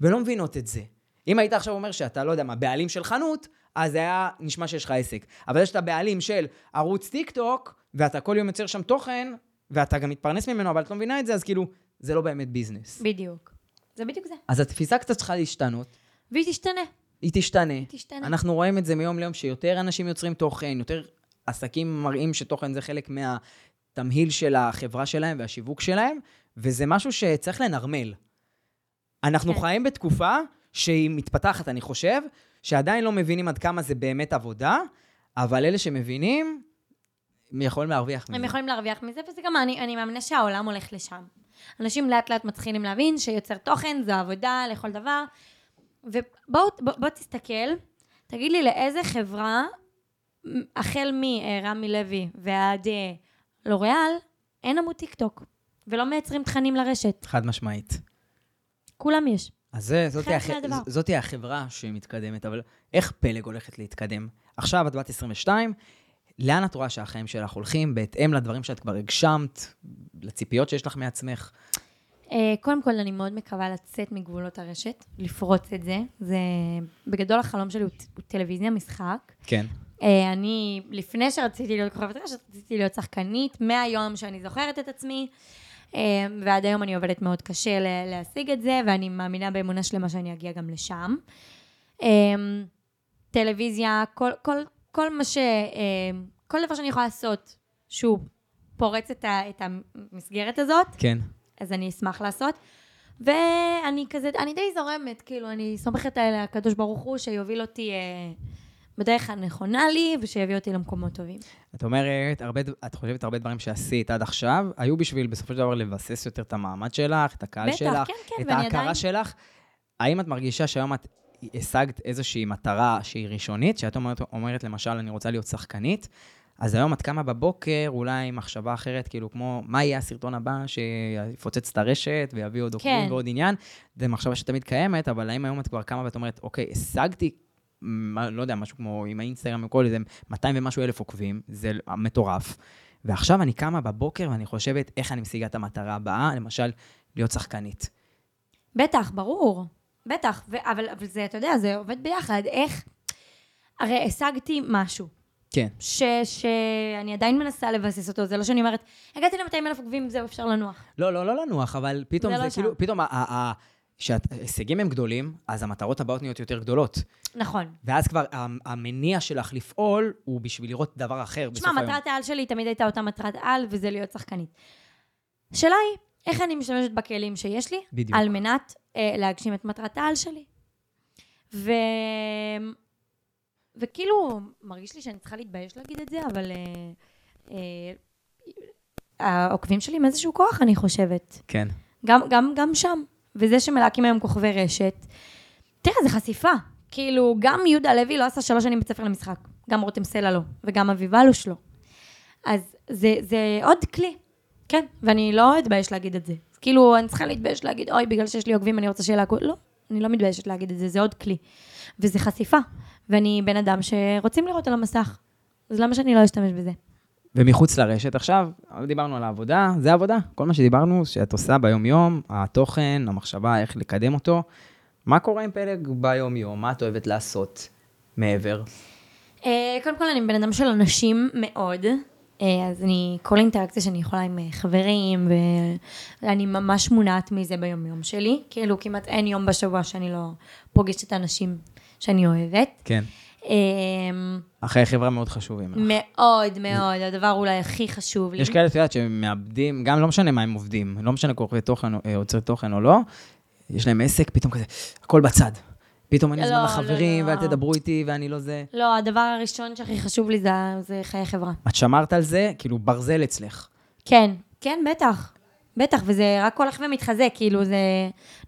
Speaker 2: ולא מבינות את זה. אם היית עכשיו אומר שאתה, לא יודע מה, בעלים של חנות, אז היה נשמע שיש לך עסק. אבל זה שאתה בעלים של ערוץ טיק טוק, ואתה כל יום יוצר שם תוכן, ואתה גם מתפרנס ממנו, אבל את לא מבינה את זה, אז כאילו, זה לא באמת ביזנס.
Speaker 1: בדיוק. זה בדיוק זה.
Speaker 2: אז התפיסה קצת צריכה להשתנות,
Speaker 1: והיא תשתנה.
Speaker 2: היא תשתנה.
Speaker 1: תשתנה.
Speaker 2: אנחנו רואים את זה מיום ליום, שיותר אנשים יוצרים תוכן, יותר עסקים מראים שתוכן זה חלק מהתמהיל של החברה שלהם והשיווק שלהם, וזה משהו שצריך לנרמל. אנחנו
Speaker 1: כן.
Speaker 2: חיים בתקופה שהיא מתפתחת, אני חושב, שעדיין לא מבינים עד כמה זה באמת עבודה, אבל אלה שמבינים, הם יכולים להרוויח מזה.
Speaker 1: הם יכולים להרוויח מזה, וזה גם, אני, אני מאמינה שהעולם הולך לשם. אנשים לאט לאט מתחילים להבין שיוצר תוכן זו עבודה לכל דבר, ובוא בוא, בוא תסתכל, תגיד לי לאיזה חברה, מ- החל מרמי לוי ועד אה, לוריאל, אין עמוד טיקטוק, ולא מייצרים תכנים לרשת,
Speaker 2: חד משמעית.
Speaker 1: כולם יש.
Speaker 2: אז זה, זאת,
Speaker 1: חלק
Speaker 2: הח...
Speaker 1: מהדבר.
Speaker 2: ז- זאת היא החברה שמתקדמת, אבל איך פלג הולכת להתקדם? עכשיו את בת 22, לאן את רואה שהחיים שלך הולכים בהתאם לדברים שאת כבר הגשמת, לציפיות שיש לך מעצמך?
Speaker 1: אה, קודם כל, אני מאוד מקווה לצאת מגבולות הרשת, לפרוץ את זה, זה בגדול החלום שלי הוא ט- הוא טלוויזיה, משחק.
Speaker 2: כן.
Speaker 1: אה, אני, לפני שרציתי להיות כוכבת רשת, רציתי להיות שחקנית, מהיום שאני זוכרת את עצמי. אה, ועד היום אני עובדת מאוד קשה ל- להשיג את זה, ואני מאמינה באמונה שלמה שאני אגיע גם לשם. אה, טלוויזיה, כל, כל, כל מה ש... אה, כל דבר שאני יכולה לעשות, שהוא פורץ את, ה, את המסגרת הזאת,
Speaker 2: כן.
Speaker 1: אז אני אשמח לעשות. ואני כזה, אני די זורמת, כאילו, אני סומכת על הקדוש ברוך הוא שיוביל אותי אה, בדרך הנכונה לי, ושיביא אותי למקומות טובים.
Speaker 2: את אומרת, הרבה, ד- את חושבת הרבה דברים שעשית עד עכשיו, היו בשביל בסופו של דבר לבסס יותר את המעמד שלך, את הקהל
Speaker 1: בטח,
Speaker 2: שלך,
Speaker 1: כן, כן,
Speaker 2: את
Speaker 1: ואני
Speaker 2: ההכרה
Speaker 1: עדיין-
Speaker 2: שלך. האם את מרגישה שהיום את השגת איזושהי מטרה שהיא ראשונית, שאת אומרת, אומרת למשל, אני רוצה להיות שחקנית, אז היום את קמה בבוקר, אולי עם מחשבה אחרת, כאילו כמו, מה יהיה הסרטון הבא שיפוצץ את הרשת ויביא עוד עוקבים
Speaker 1: כן.
Speaker 2: ועוד עניין? זו מחשבה שתמיד קיימת, אבל האם היום את כבר קמה ואת אומרת, אוקיי, השגתי, מה- לא יודע, משהו כמו עם האינסטגרם וכל איזה 200 ומשהו אלף עוקבים, זה מטורף. ועכשיו אני קמה בבוקר ואני חושבת איך אני משיגה את המטרה הבאה, למשל, להיות שחקנית.
Speaker 1: בטח, ברור. בטח, ו- אבל, אבל זה, אתה יודע, זה עובד ביחד. איך... הרי השגתי משהו,
Speaker 2: כן.
Speaker 1: ש, שאני עדיין מנסה לבסס אותו, זה לא שאני אומרת, הגעתי ל-200 אלף עוקבים, זהו, אפשר לנוח.
Speaker 2: לא, לא, לא לנוח, אבל פתאום
Speaker 1: זה
Speaker 2: זה,
Speaker 1: לא
Speaker 2: כאילו,
Speaker 1: שם.
Speaker 2: פתאום כשההישגים הם גדולים, אז המטרות הבאות נהיות יותר גדולות.
Speaker 1: נכון.
Speaker 2: ואז כבר המ- המניע שלך לפעול הוא בשביל לראות דבר אחר בסוף
Speaker 1: תשמע,
Speaker 2: היום.
Speaker 1: מטרת העל שלי תמיד הייתה אותה מטרת על, וזה להיות שחקנית. השאלה היא, איך אני משתמשת בכלים שיש לי,
Speaker 2: בדיוק.
Speaker 1: על מנת אה, להגשים את מטרת העל שלי. ו... וכאילו, מרגיש לי שאני צריכה להתבייש להגיד את זה, אבל... אה, אה, העוקבים שלי עם איזשהו כוח, אני חושבת.
Speaker 2: כן.
Speaker 1: גם, גם, גם שם. וזה שמלהקים היום כוכבי רשת, תראה, זה חשיפה. כאילו, גם יהודה לוי לא עשה שלוש שנים בית ספר למשחק. גם רותם סלע לא, וגם אביב אלוש לא. אז זה, זה עוד כלי. כן, ואני לא אתבייש להגיד את זה. אז כאילו, אני צריכה להתבייש להגיד, אוי, בגלל שיש לי עוקבים אני רוצה שילהקו... לא, אני לא מתביישת להגיד את זה, זה עוד כלי. וזה חשיפה. ואני בן אדם שרוצים לראות על המסך. אז למה שאני לא אשתמש בזה?
Speaker 2: ומחוץ לרשת עכשיו, דיברנו על העבודה, זה עבודה. כל מה שדיברנו, שאת עושה ביום-יום, התוכן, המחשבה, איך לקדם אותו. מה קורה עם פלג ביום-יום? מה את אוהבת לעשות מעבר?
Speaker 1: אה, קודם כל, אני בן אדם של אנשים מאוד. אה, אז אני, כל אינטראקציה שאני יכולה עם אה, חברים, ואני ממש מונעת מזה ביום-יום שלי. כאילו, כמעט אין יום בשבוע שאני לא פוגשת אנשים שאני אוהבת.
Speaker 2: כן.
Speaker 1: אה,
Speaker 2: אחרי חברה מאוד חשובים.
Speaker 1: מאוד מאוד, הדבר אולי הכי חשוב לי.
Speaker 2: יש כאלה, את יודעת, שמאבדים, גם לא משנה מה הם עובדים, לא משנה כוכבי תוכן, אה, יוצרי תוכן או לא, יש להם עסק, פתאום כזה, הכל בצד. פתאום אין לי
Speaker 1: לא,
Speaker 2: זמן
Speaker 1: לא,
Speaker 2: לחברים,
Speaker 1: לא.
Speaker 2: ואל תדברו איתי, ואני לא זה.
Speaker 1: לא, הדבר הראשון שהכי חשוב לי זה, זה חיי חברה.
Speaker 2: את שמרת על זה, כאילו, ברזל אצלך.
Speaker 1: כן, כן, בטח. בטח, וזה רק הולך ומתחזק, כאילו זה...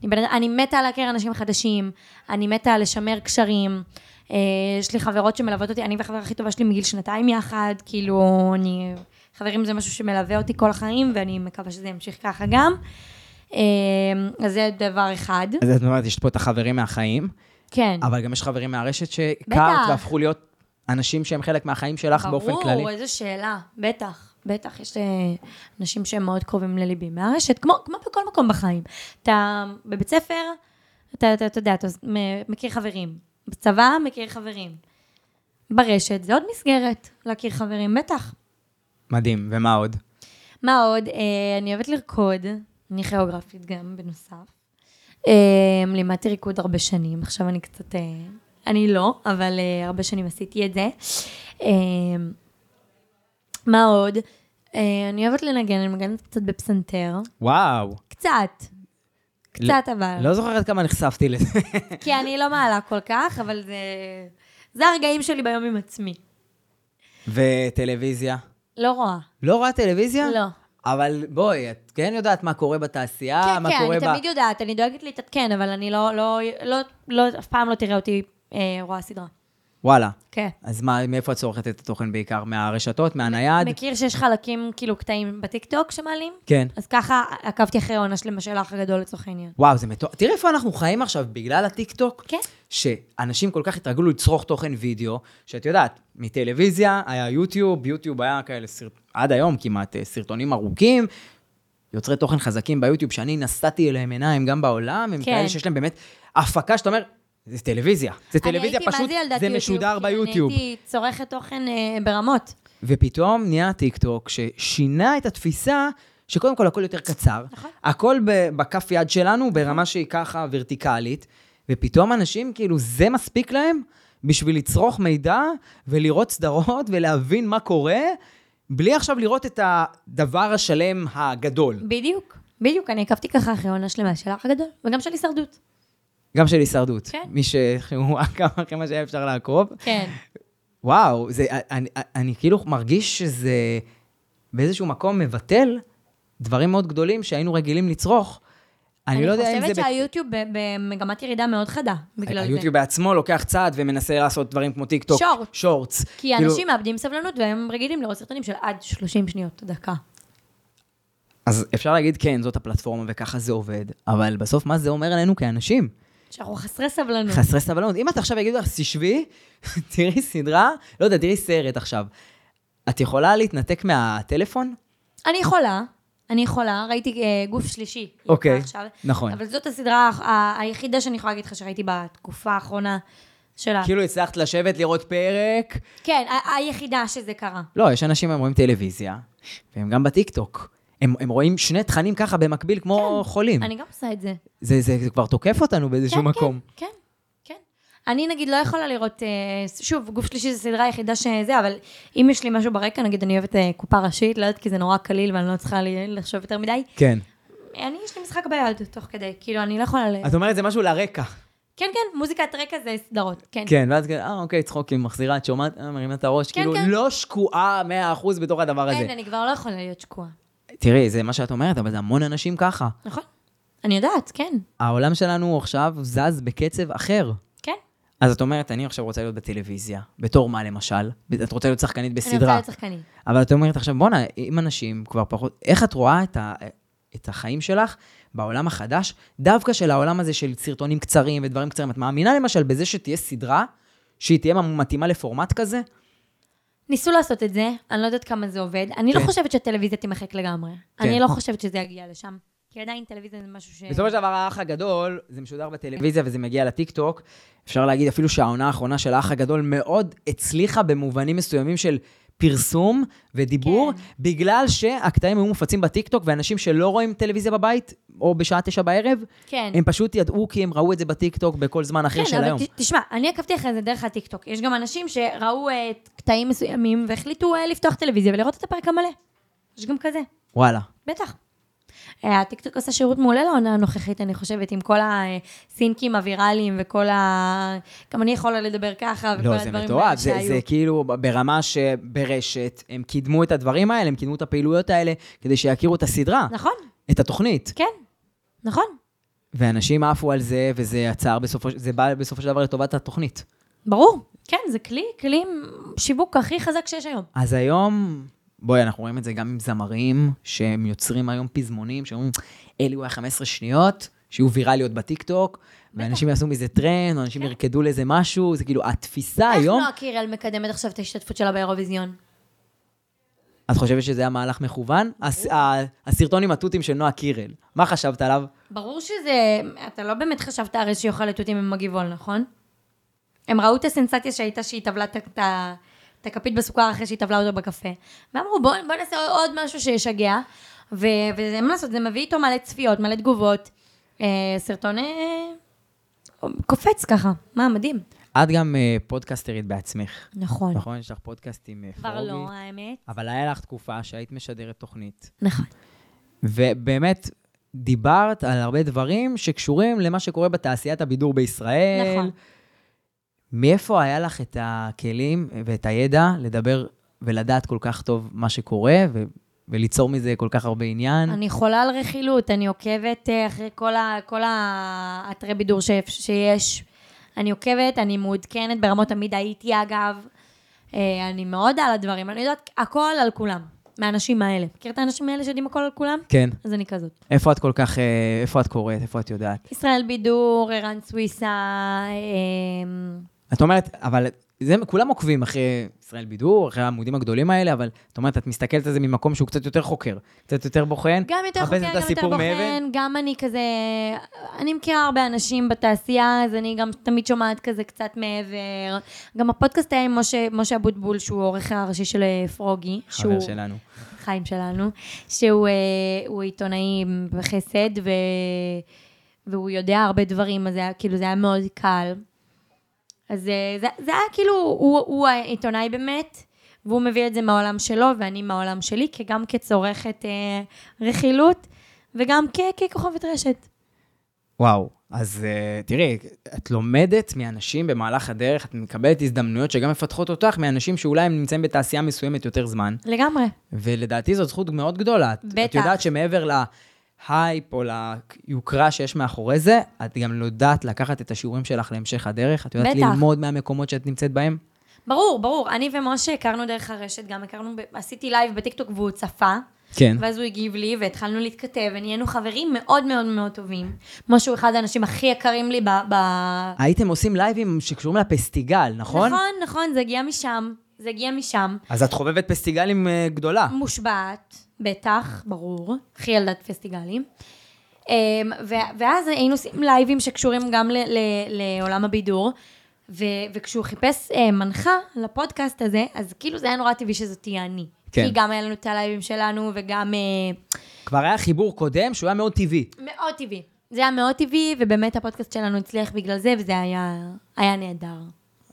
Speaker 1: אני, בן- אני מתה להכיר אנשים חדשים, אני מתה לשמר קשרים. אה, יש לי חברות שמלוות אותי, אני והחברה הכי טובה שלי מגיל שנתיים יחד, כאילו, אני... חברים זה משהו שמלווה אותי כל החיים, ואני מקווה שזה ימשיך ככה גם. אה, אז זה דבר אחד.
Speaker 2: אז את אומרת, יש פה את החברים מהחיים,
Speaker 1: כן.
Speaker 2: אבל גם יש חברים מהרשת שהכרת
Speaker 1: בטח.
Speaker 2: והפכו להיות אנשים שהם חלק מהחיים שלך באופן כללי.
Speaker 1: ברור, איזו שאלה, בטח, בטח, יש אה, אנשים שהם מאוד קרובים לליבי מהרשת, כמו, כמו בכל מקום בחיים. אתה בבית ספר, אתה, אתה, אתה יודע, אתה מ- מכיר חברים, בצבא מכיר חברים, ברשת זה עוד מסגרת להכיר חברים, בטח.
Speaker 2: מדהים, ומה עוד?
Speaker 1: מה עוד? אה, אני אוהבת לרקוד, אני כיאוגרפית גם בנוסף. אה, לימדתי ריקוד הרבה שנים, עכשיו אני קצת... אה, אני לא, אבל אה, הרבה שנים עשיתי את זה. אה, מה עוד? אה, אני אוהבת לנגן, אני מנגנת קצת בפסנתר.
Speaker 2: וואו.
Speaker 1: קצת. קצת אבל.
Speaker 2: לא זוכרת כמה נחשפתי לזה.
Speaker 1: כי אני לא מעלה כל כך, אבל זה... זה הרגעים שלי ביום עם עצמי.
Speaker 2: וטלוויזיה.
Speaker 1: לא רואה.
Speaker 2: לא רואה טלוויזיה?
Speaker 1: לא.
Speaker 2: אבל בואי, את כן יודעת מה קורה בתעשייה,
Speaker 1: כן,
Speaker 2: אה, מה
Speaker 1: כן,
Speaker 2: קורה
Speaker 1: אני
Speaker 2: ב...
Speaker 1: תמיד יודעת, אני דואגת להתעדכן, אבל אני לא, לא, לא, לא, אף פעם לא תראה אותי אה, רואה סדרה.
Speaker 2: וואלה.
Speaker 1: כן.
Speaker 2: אז מה, מאיפה את צורכת את התוכן בעיקר? מהרשתות? מהנייד?
Speaker 1: מכיר שיש חלקים, כאילו, קטעים בטיקטוק שמעלים?
Speaker 2: כן.
Speaker 1: אז ככה עקבתי אחרי עונה שלמה של האח הגדול לצורך העניין.
Speaker 2: וואו, זה מטורף. תראי איפה אנחנו חיים עכשיו, בגלל הטיקטוק.
Speaker 1: כן.
Speaker 2: שאנשים כל כך התרגלו לצרוך תוכן וידאו, שאת יודעת, מטלוויזיה היה יוטיוב, יוטיוב היה כאלה סרט... עד היום כמעט אה, סרטונים ארוכים. יוצרי תוכן חזקים ביוטיוב, שאני נשאתי אליהם עיניים גם בעולם, הם
Speaker 1: כן.
Speaker 2: כאלה שיש להם באמת הפקה שאתה אומר, זה טלוויזיה. זה טלוויה פשוט, זה משודר ביוטיוב.
Speaker 1: כן, אני הייתי צורכת תוכן אה, ברמות.
Speaker 2: ופתאום נהיה הטיקטוק ששינה את התפיסה שקודם כל הכל יותר קצר,
Speaker 1: נכון.
Speaker 2: הכל ב- בכף יד שלנו, ברמה שהיא ככה ורטיקלית, ופתאום אנשים, כאילו, זה מספיק להם בשביל לצרוך מידע ולראות סדרות ולהבין מה קורה, בלי עכשיו לראות את הדבר השלם הגדול.
Speaker 1: בדיוק, בדיוק, אני עקבתי ככה אחרי עונה שלמה של האח הגדול, וגם של הישרדות.
Speaker 2: גם של הישרדות.
Speaker 1: כן.
Speaker 2: מי שהוא עקב אחרי מה שהיה אפשר לעקוב.
Speaker 1: כן.
Speaker 2: וואו, זה, אה, אני, אני כאילו מרגיש שזה באיזשהו מקום מבטל דברים מאוד גדולים שהיינו רגילים לצרוך. אני,
Speaker 1: אני
Speaker 2: לא יודע אם זה...
Speaker 1: חושבת
Speaker 2: ב-
Speaker 1: שהיוטיוב ב- במגמת ירידה מאוד חדה, בגלל זה.
Speaker 2: היוטיוב בעצמו לוקח צעד ומנסה לעשות דברים כמו טיק טוק. כאילו,
Speaker 1: שורט.
Speaker 2: שורטס.
Speaker 1: כי אנשים מאבדים סבלנות והם רגילים לראות סרטונים של עד 30 שניות, דקה.
Speaker 2: אז אפשר להגיד, כן, זאת הפלטפורמה וככה זה עובד, אבל בסוף מה זה אומר עלינו כאנשים?
Speaker 1: שאנחנו חסרי סבלנות.
Speaker 2: חסרי סבלנות. אם את עכשיו יגידו לך, תשבי, תראי סדרה, לא יודע, תראי סרט עכשיו. את יכולה להתנתק מהטלפון?
Speaker 1: אני יכולה, אני יכולה, ראיתי אה, גוף שלישי. היא יצאה
Speaker 2: אוקיי,
Speaker 1: עכשיו,
Speaker 2: נכון.
Speaker 1: אבל זאת הסדרה ה- ה- היחידה שאני יכולה להגיד לך שראיתי בתקופה האחרונה שלה.
Speaker 2: כאילו הצלחת לשבת לראות פרק.
Speaker 1: כן, ה- היחידה שזה קרה.
Speaker 2: לא, יש אנשים, הם רואים טלוויזיה, והם גם בטיקטוק. הם, הם רואים שני תכנים ככה במקביל, כמו חולים.
Speaker 1: כן. אני גם עושה את זה.
Speaker 2: זה, זה, זה כבר תוקף אותנו באיזשהו
Speaker 1: כן,
Speaker 2: כן. מקום.
Speaker 1: כן, כן, כן. אני נגיד לא יכולה לראות, אה, שוב, גוף שלישי זו סדרה היחידה שזה, אבל אם יש לי משהו ברקע, נגיד אני אוהבת אה, קופה ראשית, לא יודעת כי זה נורא קליל ואני לא צריכה ל- לחשוב יותר מדי, אה,
Speaker 2: כן.
Speaker 1: אני, יש לי משחק ביד תוך כדי, כאילו, אני לא יכולה ל...
Speaker 2: את אומרת, זה משהו לרקע.
Speaker 1: כן, כן, מוזיקת רקע זה סדרות, כן.
Speaker 2: כן, ואז כזה, אה, אוקיי, צחוקים, מחזירה, את שומעת, אה, מרימה את הראש,
Speaker 1: כן,
Speaker 2: כאילו,
Speaker 1: כן.
Speaker 2: לא שקועה 100% בתוך הדבר הזה.
Speaker 1: אין, אני כבר לא יכולה להיות שקועה.
Speaker 2: תראי, זה מה שאת אומרת, אבל זה המון אנשים ככה.
Speaker 1: נכון? אני יודעת, כן,
Speaker 2: העולם שלנו עכשיו זז בקצב אחר.
Speaker 1: כן.
Speaker 2: אז את אומרת, אני עכשיו רוצה להיות בטלוויזיה. בתור מה, למשל? את רוצה להיות שחקנית בסדרה.
Speaker 1: אני רוצה להיות שחקנית.
Speaker 2: אבל את אומרת עכשיו, בואנה, אם אנשים כבר פחות... איך את רואה את, ה, את החיים שלך בעולם החדש, דווקא של העולם הזה של סרטונים קצרים ודברים קצרים? את מאמינה למשל בזה שתהיה סדרה, שהיא תהיה מתאימה לפורמט כזה?
Speaker 1: ניסו לעשות את זה, אני לא יודעת כמה זה עובד. אני לא
Speaker 2: כן.
Speaker 1: חושבת שהטלוויזיה תימחק לגמרי. אני לא חושבת שזה יגיע לשם. כי עדיין טלוויזיה זה משהו ש...
Speaker 2: בסופו של דבר, האח הגדול, זה משודר בטלוויזיה וזה מגיע לטיקטוק. אפשר להגיד אפילו שהעונה האחרונה של האח הגדול מאוד הצליחה במובנים מסוימים של פרסום ודיבור,
Speaker 1: כן.
Speaker 2: בגלל שהקטעים היו מופצים בטיקטוק, ואנשים שלא רואים טלוויזיה בבית, או בשעה תשע בערב,
Speaker 1: כן.
Speaker 2: הם פשוט ידעו כי הם ראו את זה בטיקטוק בכל זמן אחר של
Speaker 1: כן,
Speaker 2: היום.
Speaker 1: אבל ת- תשמע, אני עקבתי אחרי זה דרך הטיקטוק. יש גם אנשים שראו אה, את קטעים מסוימים והחליטו אה, לפתוח טלוויזיה ולראות את הפרק המלא. יש גם כזה,
Speaker 2: וואלה.
Speaker 1: בטח. אה, הטיקטוק עשה שירות מעולה לעונה הנוכחית, אני חושבת, עם כל הסינקים הוויראליים וכל ה... גם אני יכולה לדבר ככה וכל
Speaker 2: לא,
Speaker 1: הדברים
Speaker 2: זה
Speaker 1: האלה
Speaker 2: מטורף, זה,
Speaker 1: שהיו.
Speaker 2: זה כאילו ברמה שברשת, הם קידמו את הדברים האלה, הם קידמו את הפעילויות האלה, כדי שיכירו את הסדרה,
Speaker 1: נכון,
Speaker 2: את התוכנית.
Speaker 1: כן, נכון,
Speaker 2: ואנשים עפו על זה, וזה יצר בסופו, של- זה בא בסופו של דבר לטובת התוכנית.
Speaker 1: ברור. כן, זה כלי, כלי שיווק הכי חזק שיש היום.
Speaker 2: אז היום, בואי, אנחנו רואים את זה גם עם זמרים, שהם יוצרים היום פזמונים, שאומרים, אלו היה 15 שניות, שיהיו ויראליות בטיקטוק, ואנשים יעשו מזה טרנד, או אנשים
Speaker 1: כן.
Speaker 2: ירקדו לזה משהו, זה כאילו, התפיסה
Speaker 1: איך
Speaker 2: היום...
Speaker 1: נועה קירל מקדמת עכשיו את ההשתתפות שלה באירוויזיון?
Speaker 2: את חושבת שזה היה מהלך מכוון?
Speaker 1: אוקיי.
Speaker 2: הס- ה- הסרטון עם התותים של נועה קירל, מה חשבת עליו?
Speaker 1: ברור שזה, אתה לא באמת חשבת הרי שהיא אוכלת תותים עם מגבעול, נכון? הם ראו את הסנסציה שהייתה שהיא טבלה את ה- את ה- את הכפית בסוכר אחרי שהיא טבלה אותו בקפה. ואמרו, בואו בוא נעשה עוד משהו שישגע. ו- ואין מה לעשות, זה מביא איתו מלא צפיות, מלא תגובות. אה, סרטון אה, קופץ ככה. מה, מדהים.
Speaker 2: את גם אה, פודקסטרית בעצמך,
Speaker 1: נכון.
Speaker 2: נכון? יש לך פודקאסט עם אה,
Speaker 1: כבר
Speaker 2: פורבי.
Speaker 1: לא, האמת.
Speaker 2: אבל היה לך תקופה שהיית משדרת תוכנית,
Speaker 1: נכון.
Speaker 2: ובאמת, דיברת על הרבה דברים שקשורים למה שקורה בתעשיית הבידור בישראל.
Speaker 1: נכון.
Speaker 2: מאיפה היה לך את הכלים ואת הידע לדבר ולדעת כל כך טוב מה שקורה, ו- וליצור מזה כל כך הרבה עניין?
Speaker 1: אני חולה על רכילות, אני עוקבת אה, אחרי כל, ה, כל האתרי בידור ש, שיש. אני עוקבת, אני מעודכנת ברמות, תמיד הייתי אגב. אה, אני מאוד על הדברים, אני יודעת הכל על כולם, מהאנשים האלה. מכיר את האנשים האלה שיודעים הכל על כולם?
Speaker 2: כן.
Speaker 1: אז אני כזאת.
Speaker 2: איפה את כל כך, אה, איפה את קוראת, איפה את יודעת?
Speaker 1: ישראל בידור, ערן סוויסה, אה,
Speaker 2: את אומרת, אבל זה, כולם עוקבים אחרי ישראל בידור, אחרי העמודים הגדולים האלה, אבל זאת אומרת, את מסתכלת על זה ממקום שהוא קצת יותר חוקר, קצת יותר בוחן.
Speaker 1: גם יותר
Speaker 2: כן? מחפשת
Speaker 1: חוקר,
Speaker 2: את
Speaker 1: גם יותר
Speaker 2: הסיפור מאבן.
Speaker 1: בוחן, גם אני כזה... אני מכירה הרבה אנשים בתעשייה, אז אני גם תמיד שומעת כזה קצת מעבר. גם הפודקאסט היה עם משה- משה אבוטבול, שהוא העורך הראשי של אה, פרוגי.
Speaker 2: חבר
Speaker 1: שהוא-
Speaker 2: שלנו.
Speaker 1: חיים שלנו, שהוא אה, הוא עיתונאי בחסד, ו... והוא יודע הרבה דברים, אז זה היה, כאילו, זה היה מאוד קל. אז אה, זה, זה היה כאילו, הוא, הוא העיתונאי באמת, והוא מביא את זה מהעולם שלו, ואני מהעולם שלי, כגם כצורכת אה, רכילות, וגם כ, ככוכבת רשת.
Speaker 2: וואו, אז uh, תראי, את לומדת מאנשים במהלך הדרך, את מקבלת הזדמנויות שגם מפתחות אותך מאנשים שאולי הם נמצאים בתעשייה מסוימת יותר זמן,
Speaker 1: לגמרי.
Speaker 2: ולדעתי זאת זכות מאוד גדולה. את- את
Speaker 1: בטח.
Speaker 2: יודעת שמעבר להייפ או ליוקרה שיש מאחורי זה, את גם יודעת לקחת את השיעורים שלך להמשך הדרך, את יודעת
Speaker 1: בטח.
Speaker 2: ללמוד מהמקומות שאת נמצאת בהם.
Speaker 1: ברור, ברור. אני ומשה הכרנו דרך הרשת, גם הכרנו, ב- עשיתי לייב בטיקטוק והוא צפה.
Speaker 2: כן.
Speaker 1: ואז הוא הגיב לי, והתחלנו להתכתב, ונהיינו חברים מאוד מאוד מאוד טובים. משה הוא אחד האנשים הכי יקרים לי ב... ב...
Speaker 2: הייתם עושים לייבים שקשורים לפסטיגל, נכון?
Speaker 1: נכון, נכון, זה הגיע משם. זה הגיע משם.
Speaker 2: אז את חובבת פסטיגלים אה, גדולה.
Speaker 1: מושבעת, בטח, ברור. הכי ילדת פסטיגלים. אמ, ו- ואז היינו עושים לייבים שקשורים גם ל- ל- לעולם הבידור. ו- וכשהוא חיפש אה, מנחה לפודקאסט הזה, אז כאילו זה היה נורא טבעי שזאת תהיה אני.
Speaker 2: כן.
Speaker 1: כי גם היה לנו את הלייבים שלנו, וגם... אה,
Speaker 2: כבר היה חיבור קודם שהוא היה מאוד טבעי.
Speaker 1: מאוד טבעי. זה היה מאוד טבעי, ובאמת הפודקאסט שלנו הצליח בגלל זה, וזה היה, היה נהדר.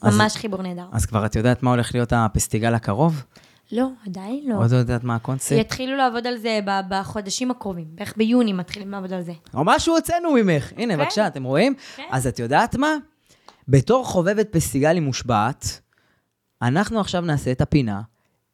Speaker 2: אז-
Speaker 1: ממש חיבור נהדר.
Speaker 2: אז כבר את יודעת מה הולך להיות הפסטיגל הקרוב?
Speaker 1: לא, עדיין לא.
Speaker 2: עוד לא יודעת מה הקונספט?
Speaker 1: יתחילו לעבוד על זה ב- בחודשים הקרובים, בערך ביוני מתחילים לעבוד על זה.
Speaker 2: או משהו הוצאנו ממך. הנה,
Speaker 1: כן.
Speaker 2: בבקשה, אתם רואים?
Speaker 1: כן.
Speaker 2: אז את יודעת מה? בתור חובבת פסטיגלים מושבעת, אנחנו עכשיו נעשה את הפינה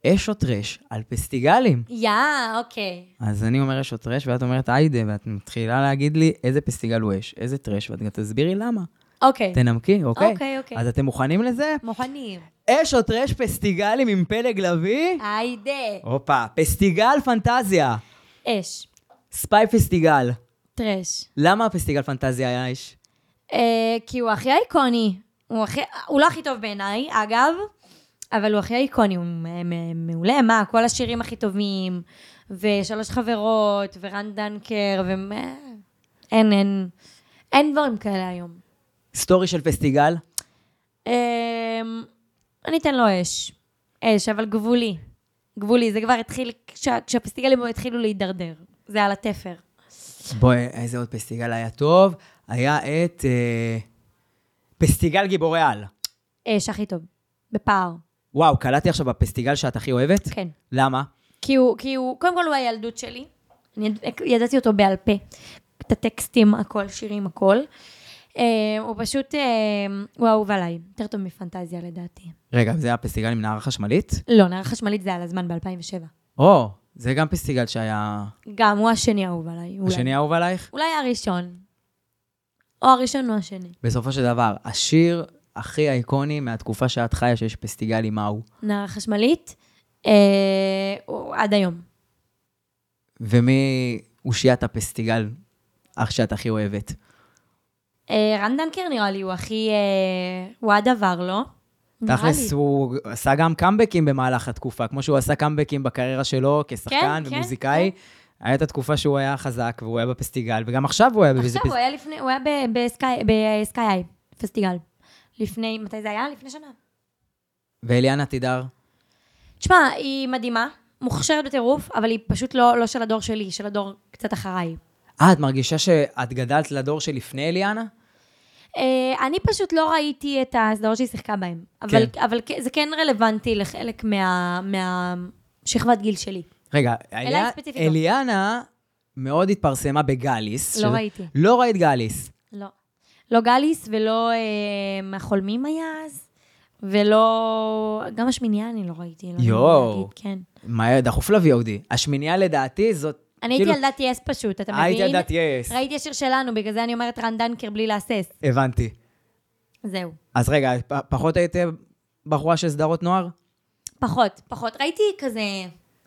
Speaker 2: אש או טרש על פסטיגלים.
Speaker 1: יא, אוקיי.
Speaker 2: אז אני אומר אש או טרש, ואת אומרת היידה, ואת מתחילה להגיד לי איזה פסטיגל הוא אש, איזה טרש, ואת גם תסבירי למה.
Speaker 1: אוקיי.
Speaker 2: תנמקי, אוקיי?
Speaker 1: אוקיי, אוקיי.
Speaker 2: אז אתם מוכנים לזה?
Speaker 1: מוכנים.
Speaker 2: אש או טרש פסטיגלים עם פלג
Speaker 1: אה.
Speaker 2: לביא?
Speaker 1: היידה.
Speaker 2: הופה, פסטיגל פנטזיה.
Speaker 1: אש.
Speaker 2: ספיי פסטיגל.
Speaker 1: טרש.
Speaker 2: למה הפסטיגל פנטזיה היה אש?
Speaker 1: אה, כי הוא הכי איקוני. הוא, הכי, הוא לא הכי טוב בעיניי, אגב, אבל הוא הכי איקוני, הוא מ- מ- מעולה. מה, כל השירים הכי טובים, ושלוש חברות, ורן דנקר, ו... אין, אין, אין דברים כאלה היום.
Speaker 2: סטורי של פסטיגל?
Speaker 1: אה, אני אתן לו אש. אש, אבל גבולי. גבולי, זה כבר התחיל, כשה, כשהפסטיגלים התחילו להידרדר. זה על התפר.
Speaker 2: בואי, איזה עוד פסטיגל היה טוב? היה את אה, פסטיגל גיבורי על.
Speaker 1: אש הכי טוב. בפער.
Speaker 2: וואו, קלטתי עכשיו בפסטיגל שאת הכי אוהבת?
Speaker 1: כן.
Speaker 2: למה?
Speaker 1: כי הוא, כי הוא, קודם כל הוא הילדות שלי. אני יד- ידעתי אותו בעל פה. את הטקסטים, הכל, שירים, הכל. אה, הוא פשוט, אה, הוא אהוב עליי. יותר טוב מפנטזיה לדעתי.
Speaker 2: רגע, זה היה פסטיגל עם נערה חשמלית?
Speaker 1: לא, נערה חשמלית זה על הזמן ב-2007.
Speaker 2: או, זה גם פסטיגל שהיה...
Speaker 1: גם הוא השני האהוב עליי. אולי.
Speaker 2: השני האהוב עלייך?
Speaker 1: אולי הראשון. או הראשון או השני.
Speaker 2: בסופו של דבר, השיר הכי איקוני מהתקופה שאת חיה שיש פסטיגלים מהו.
Speaker 1: נערה חשמלית, אה, הוא עד היום.
Speaker 2: ומי אושיית הפסטיגל אך שאת הכי אוהבת?
Speaker 1: אה, רן דנקר נראה לי, הוא הכי, אה, הוא הדבר, לא? נראה לי.
Speaker 2: תכלס, הוא עשה גם קאמבקים במהלך התקופה, כמו שהוא עשה קאמבקים בקריירה שלו כשחקן
Speaker 1: כן,
Speaker 2: ומוזיקאי. היה את התקופה שהוא היה חזק, והוא היה בפסטיגל, וגם עכשיו הוא היה
Speaker 1: עכשיו,
Speaker 2: בפסטיגל.
Speaker 1: הוא היה לפני, הוא היה ב- בסקאי- בסקאי-איי, פסטיגל. לפני, מתי זה היה? לפני שנה.
Speaker 2: ואליאנה תידר,
Speaker 1: תשמע, היא מדהימה, מוכשרת בטירוף, אבל היא פשוט לא, לא של הדור שלי, של הדור קצת אחריי.
Speaker 2: אה, את מרגישה שאת גדלת לדור שלפני אליאנה?
Speaker 1: אה, אני פשוט לא ראיתי את הסדרות שהיא שיחקה בהן, אבל, כן. אבל כ- זה כן רלוונטי לחלק מה, מהשכבת גיל שלי.
Speaker 2: רגע, אליה-
Speaker 1: ספציפית לא.
Speaker 2: אליאנה מאוד התפרסמה בגאליס.
Speaker 1: לא
Speaker 2: שזה-
Speaker 1: ראיתי.
Speaker 2: לא ראית גאליס.
Speaker 1: לא. לא גליס ולא אה, החולמים היה אז, ולא... גם השמינייה אני לא ראיתי. לא יודעת
Speaker 2: יואו.
Speaker 1: להגיד, כן.
Speaker 2: מה היה דחוף ל-VOD? השמינייה לדעתי זאת...
Speaker 1: אני הייתי
Speaker 2: כאילו-
Speaker 1: ילדת יס פשוט, אתה מבין?
Speaker 2: הייתי ילדת יס.
Speaker 1: ראיתי השיר שלנו, בגלל זה אני אומרת רן דנקר בלי להסס.
Speaker 2: הבנתי.
Speaker 1: זהו.
Speaker 2: אז רגע, פ- פחות היית בחורה של סדרות נוער?
Speaker 1: פחות, פחות. ראיתי כזה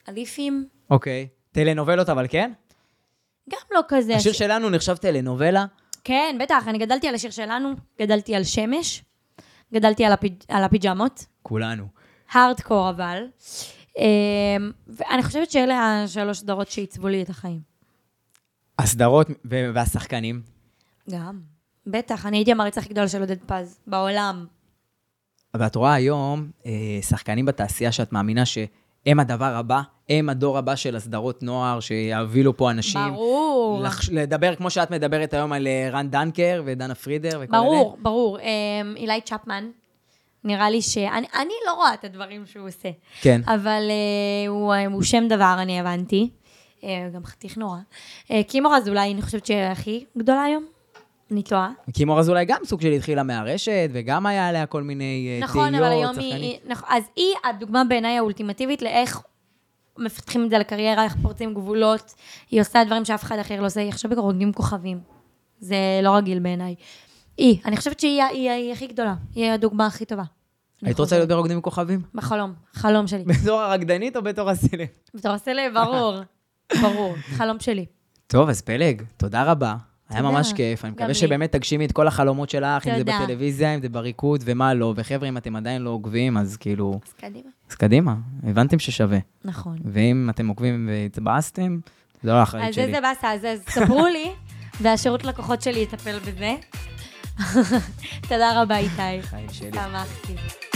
Speaker 1: אליפים,
Speaker 2: אוקיי. טלנובלות אבל כן?
Speaker 1: גם לא כזה.
Speaker 2: השיר שלנו נחשב טלנובלה.
Speaker 1: כן, בטח, אני גדלתי על השיר שלנו, גדלתי על שמש, גדלתי על, הפיג... על הפיג'מות,
Speaker 2: כולנו.
Speaker 1: הארדקור אבל. אמ, ואני חושבת שאלה השלוש סדרות שעיצבו לי את החיים.
Speaker 2: הסדרות ו- והשחקנים.
Speaker 1: גם. בטח, אני הייתי המעריץ הכי גדול של עודד פז בעולם.
Speaker 2: ואת רואה היום אה, שחקנים בתעשייה שאת מאמינה שהם הדבר הבא, הם הדור הבא של הסדרות נוער, שיובילו פה אנשים.
Speaker 1: ברור.
Speaker 2: לחש... לדבר כמו שאת מדברת היום על אה, רן דנקר ודנה פרידר וכל
Speaker 1: ברור, ברור. אמ, אילי צ'פמן, נראה לי ש... אני אני לא רואה את הדברים שהוא עושה.
Speaker 2: כן.
Speaker 1: אבל אה, הוא הוא שם דבר, אני הבנתי. אה, גם חתיך נורא. אה, קימור אזולאי, אני חושבת שהיא הכי גדולה היום. אני טועה.
Speaker 2: אלה. כי מור אזולאי גם סוג של התחילה מהרשת, וגם היה עליה כל מיני אה,
Speaker 1: נכון, אבל
Speaker 2: תהיות,
Speaker 1: היום היא...
Speaker 2: שחקנים.
Speaker 1: היא- נכון, אז היא הדוגמה בעיניי האולטימטיבית לאיך מפתחים את זה לקריירה, איך פורצים גבולות. היא עושה דברים שאף אחד אחר לא עושה, היא עכשיו הורגים כוכבים. זה לא רגיל בעיניי. היא, אני חושבת שהיא ה- היא ה- היא הכי גדולה. היא הדוגמה הכי טובה. אני
Speaker 2: היית רוצה
Speaker 1: חושבת.
Speaker 2: להיות ברוקדים עם כוכבים?
Speaker 1: בחלום, חלום שלי.
Speaker 2: בתור הרקדנית או בתור הסילם?
Speaker 1: בתור הסלב, ברור. ברור, חלום שלי.
Speaker 2: טוב, אז פלג, תודה רבה. היה
Speaker 1: תודה.
Speaker 2: ממש כיף, אני
Speaker 1: גם
Speaker 2: מקווה
Speaker 1: לי.
Speaker 2: שבאמת תגשימי את כל החלומות שלך, אם זה
Speaker 1: תודה.
Speaker 2: בטלוויזיה, אם זה בריקוד ומה לא. וחבר'ה, אם אתם עדיין לא עוקבים, אז כאילו,
Speaker 1: אז קדימה.
Speaker 2: אז קדימה, הבנתם ששווה.
Speaker 1: נכון.
Speaker 2: ואם אתם עוקבים והתבאסתם, זה לא האחריות
Speaker 1: אז
Speaker 2: שלי.
Speaker 1: איזה באסה, אז אז ספרו לי, והשירות לקוחות שלי יטפל בזה. תודה רבה, איתי.
Speaker 2: חיים שלי.
Speaker 1: שמחתי.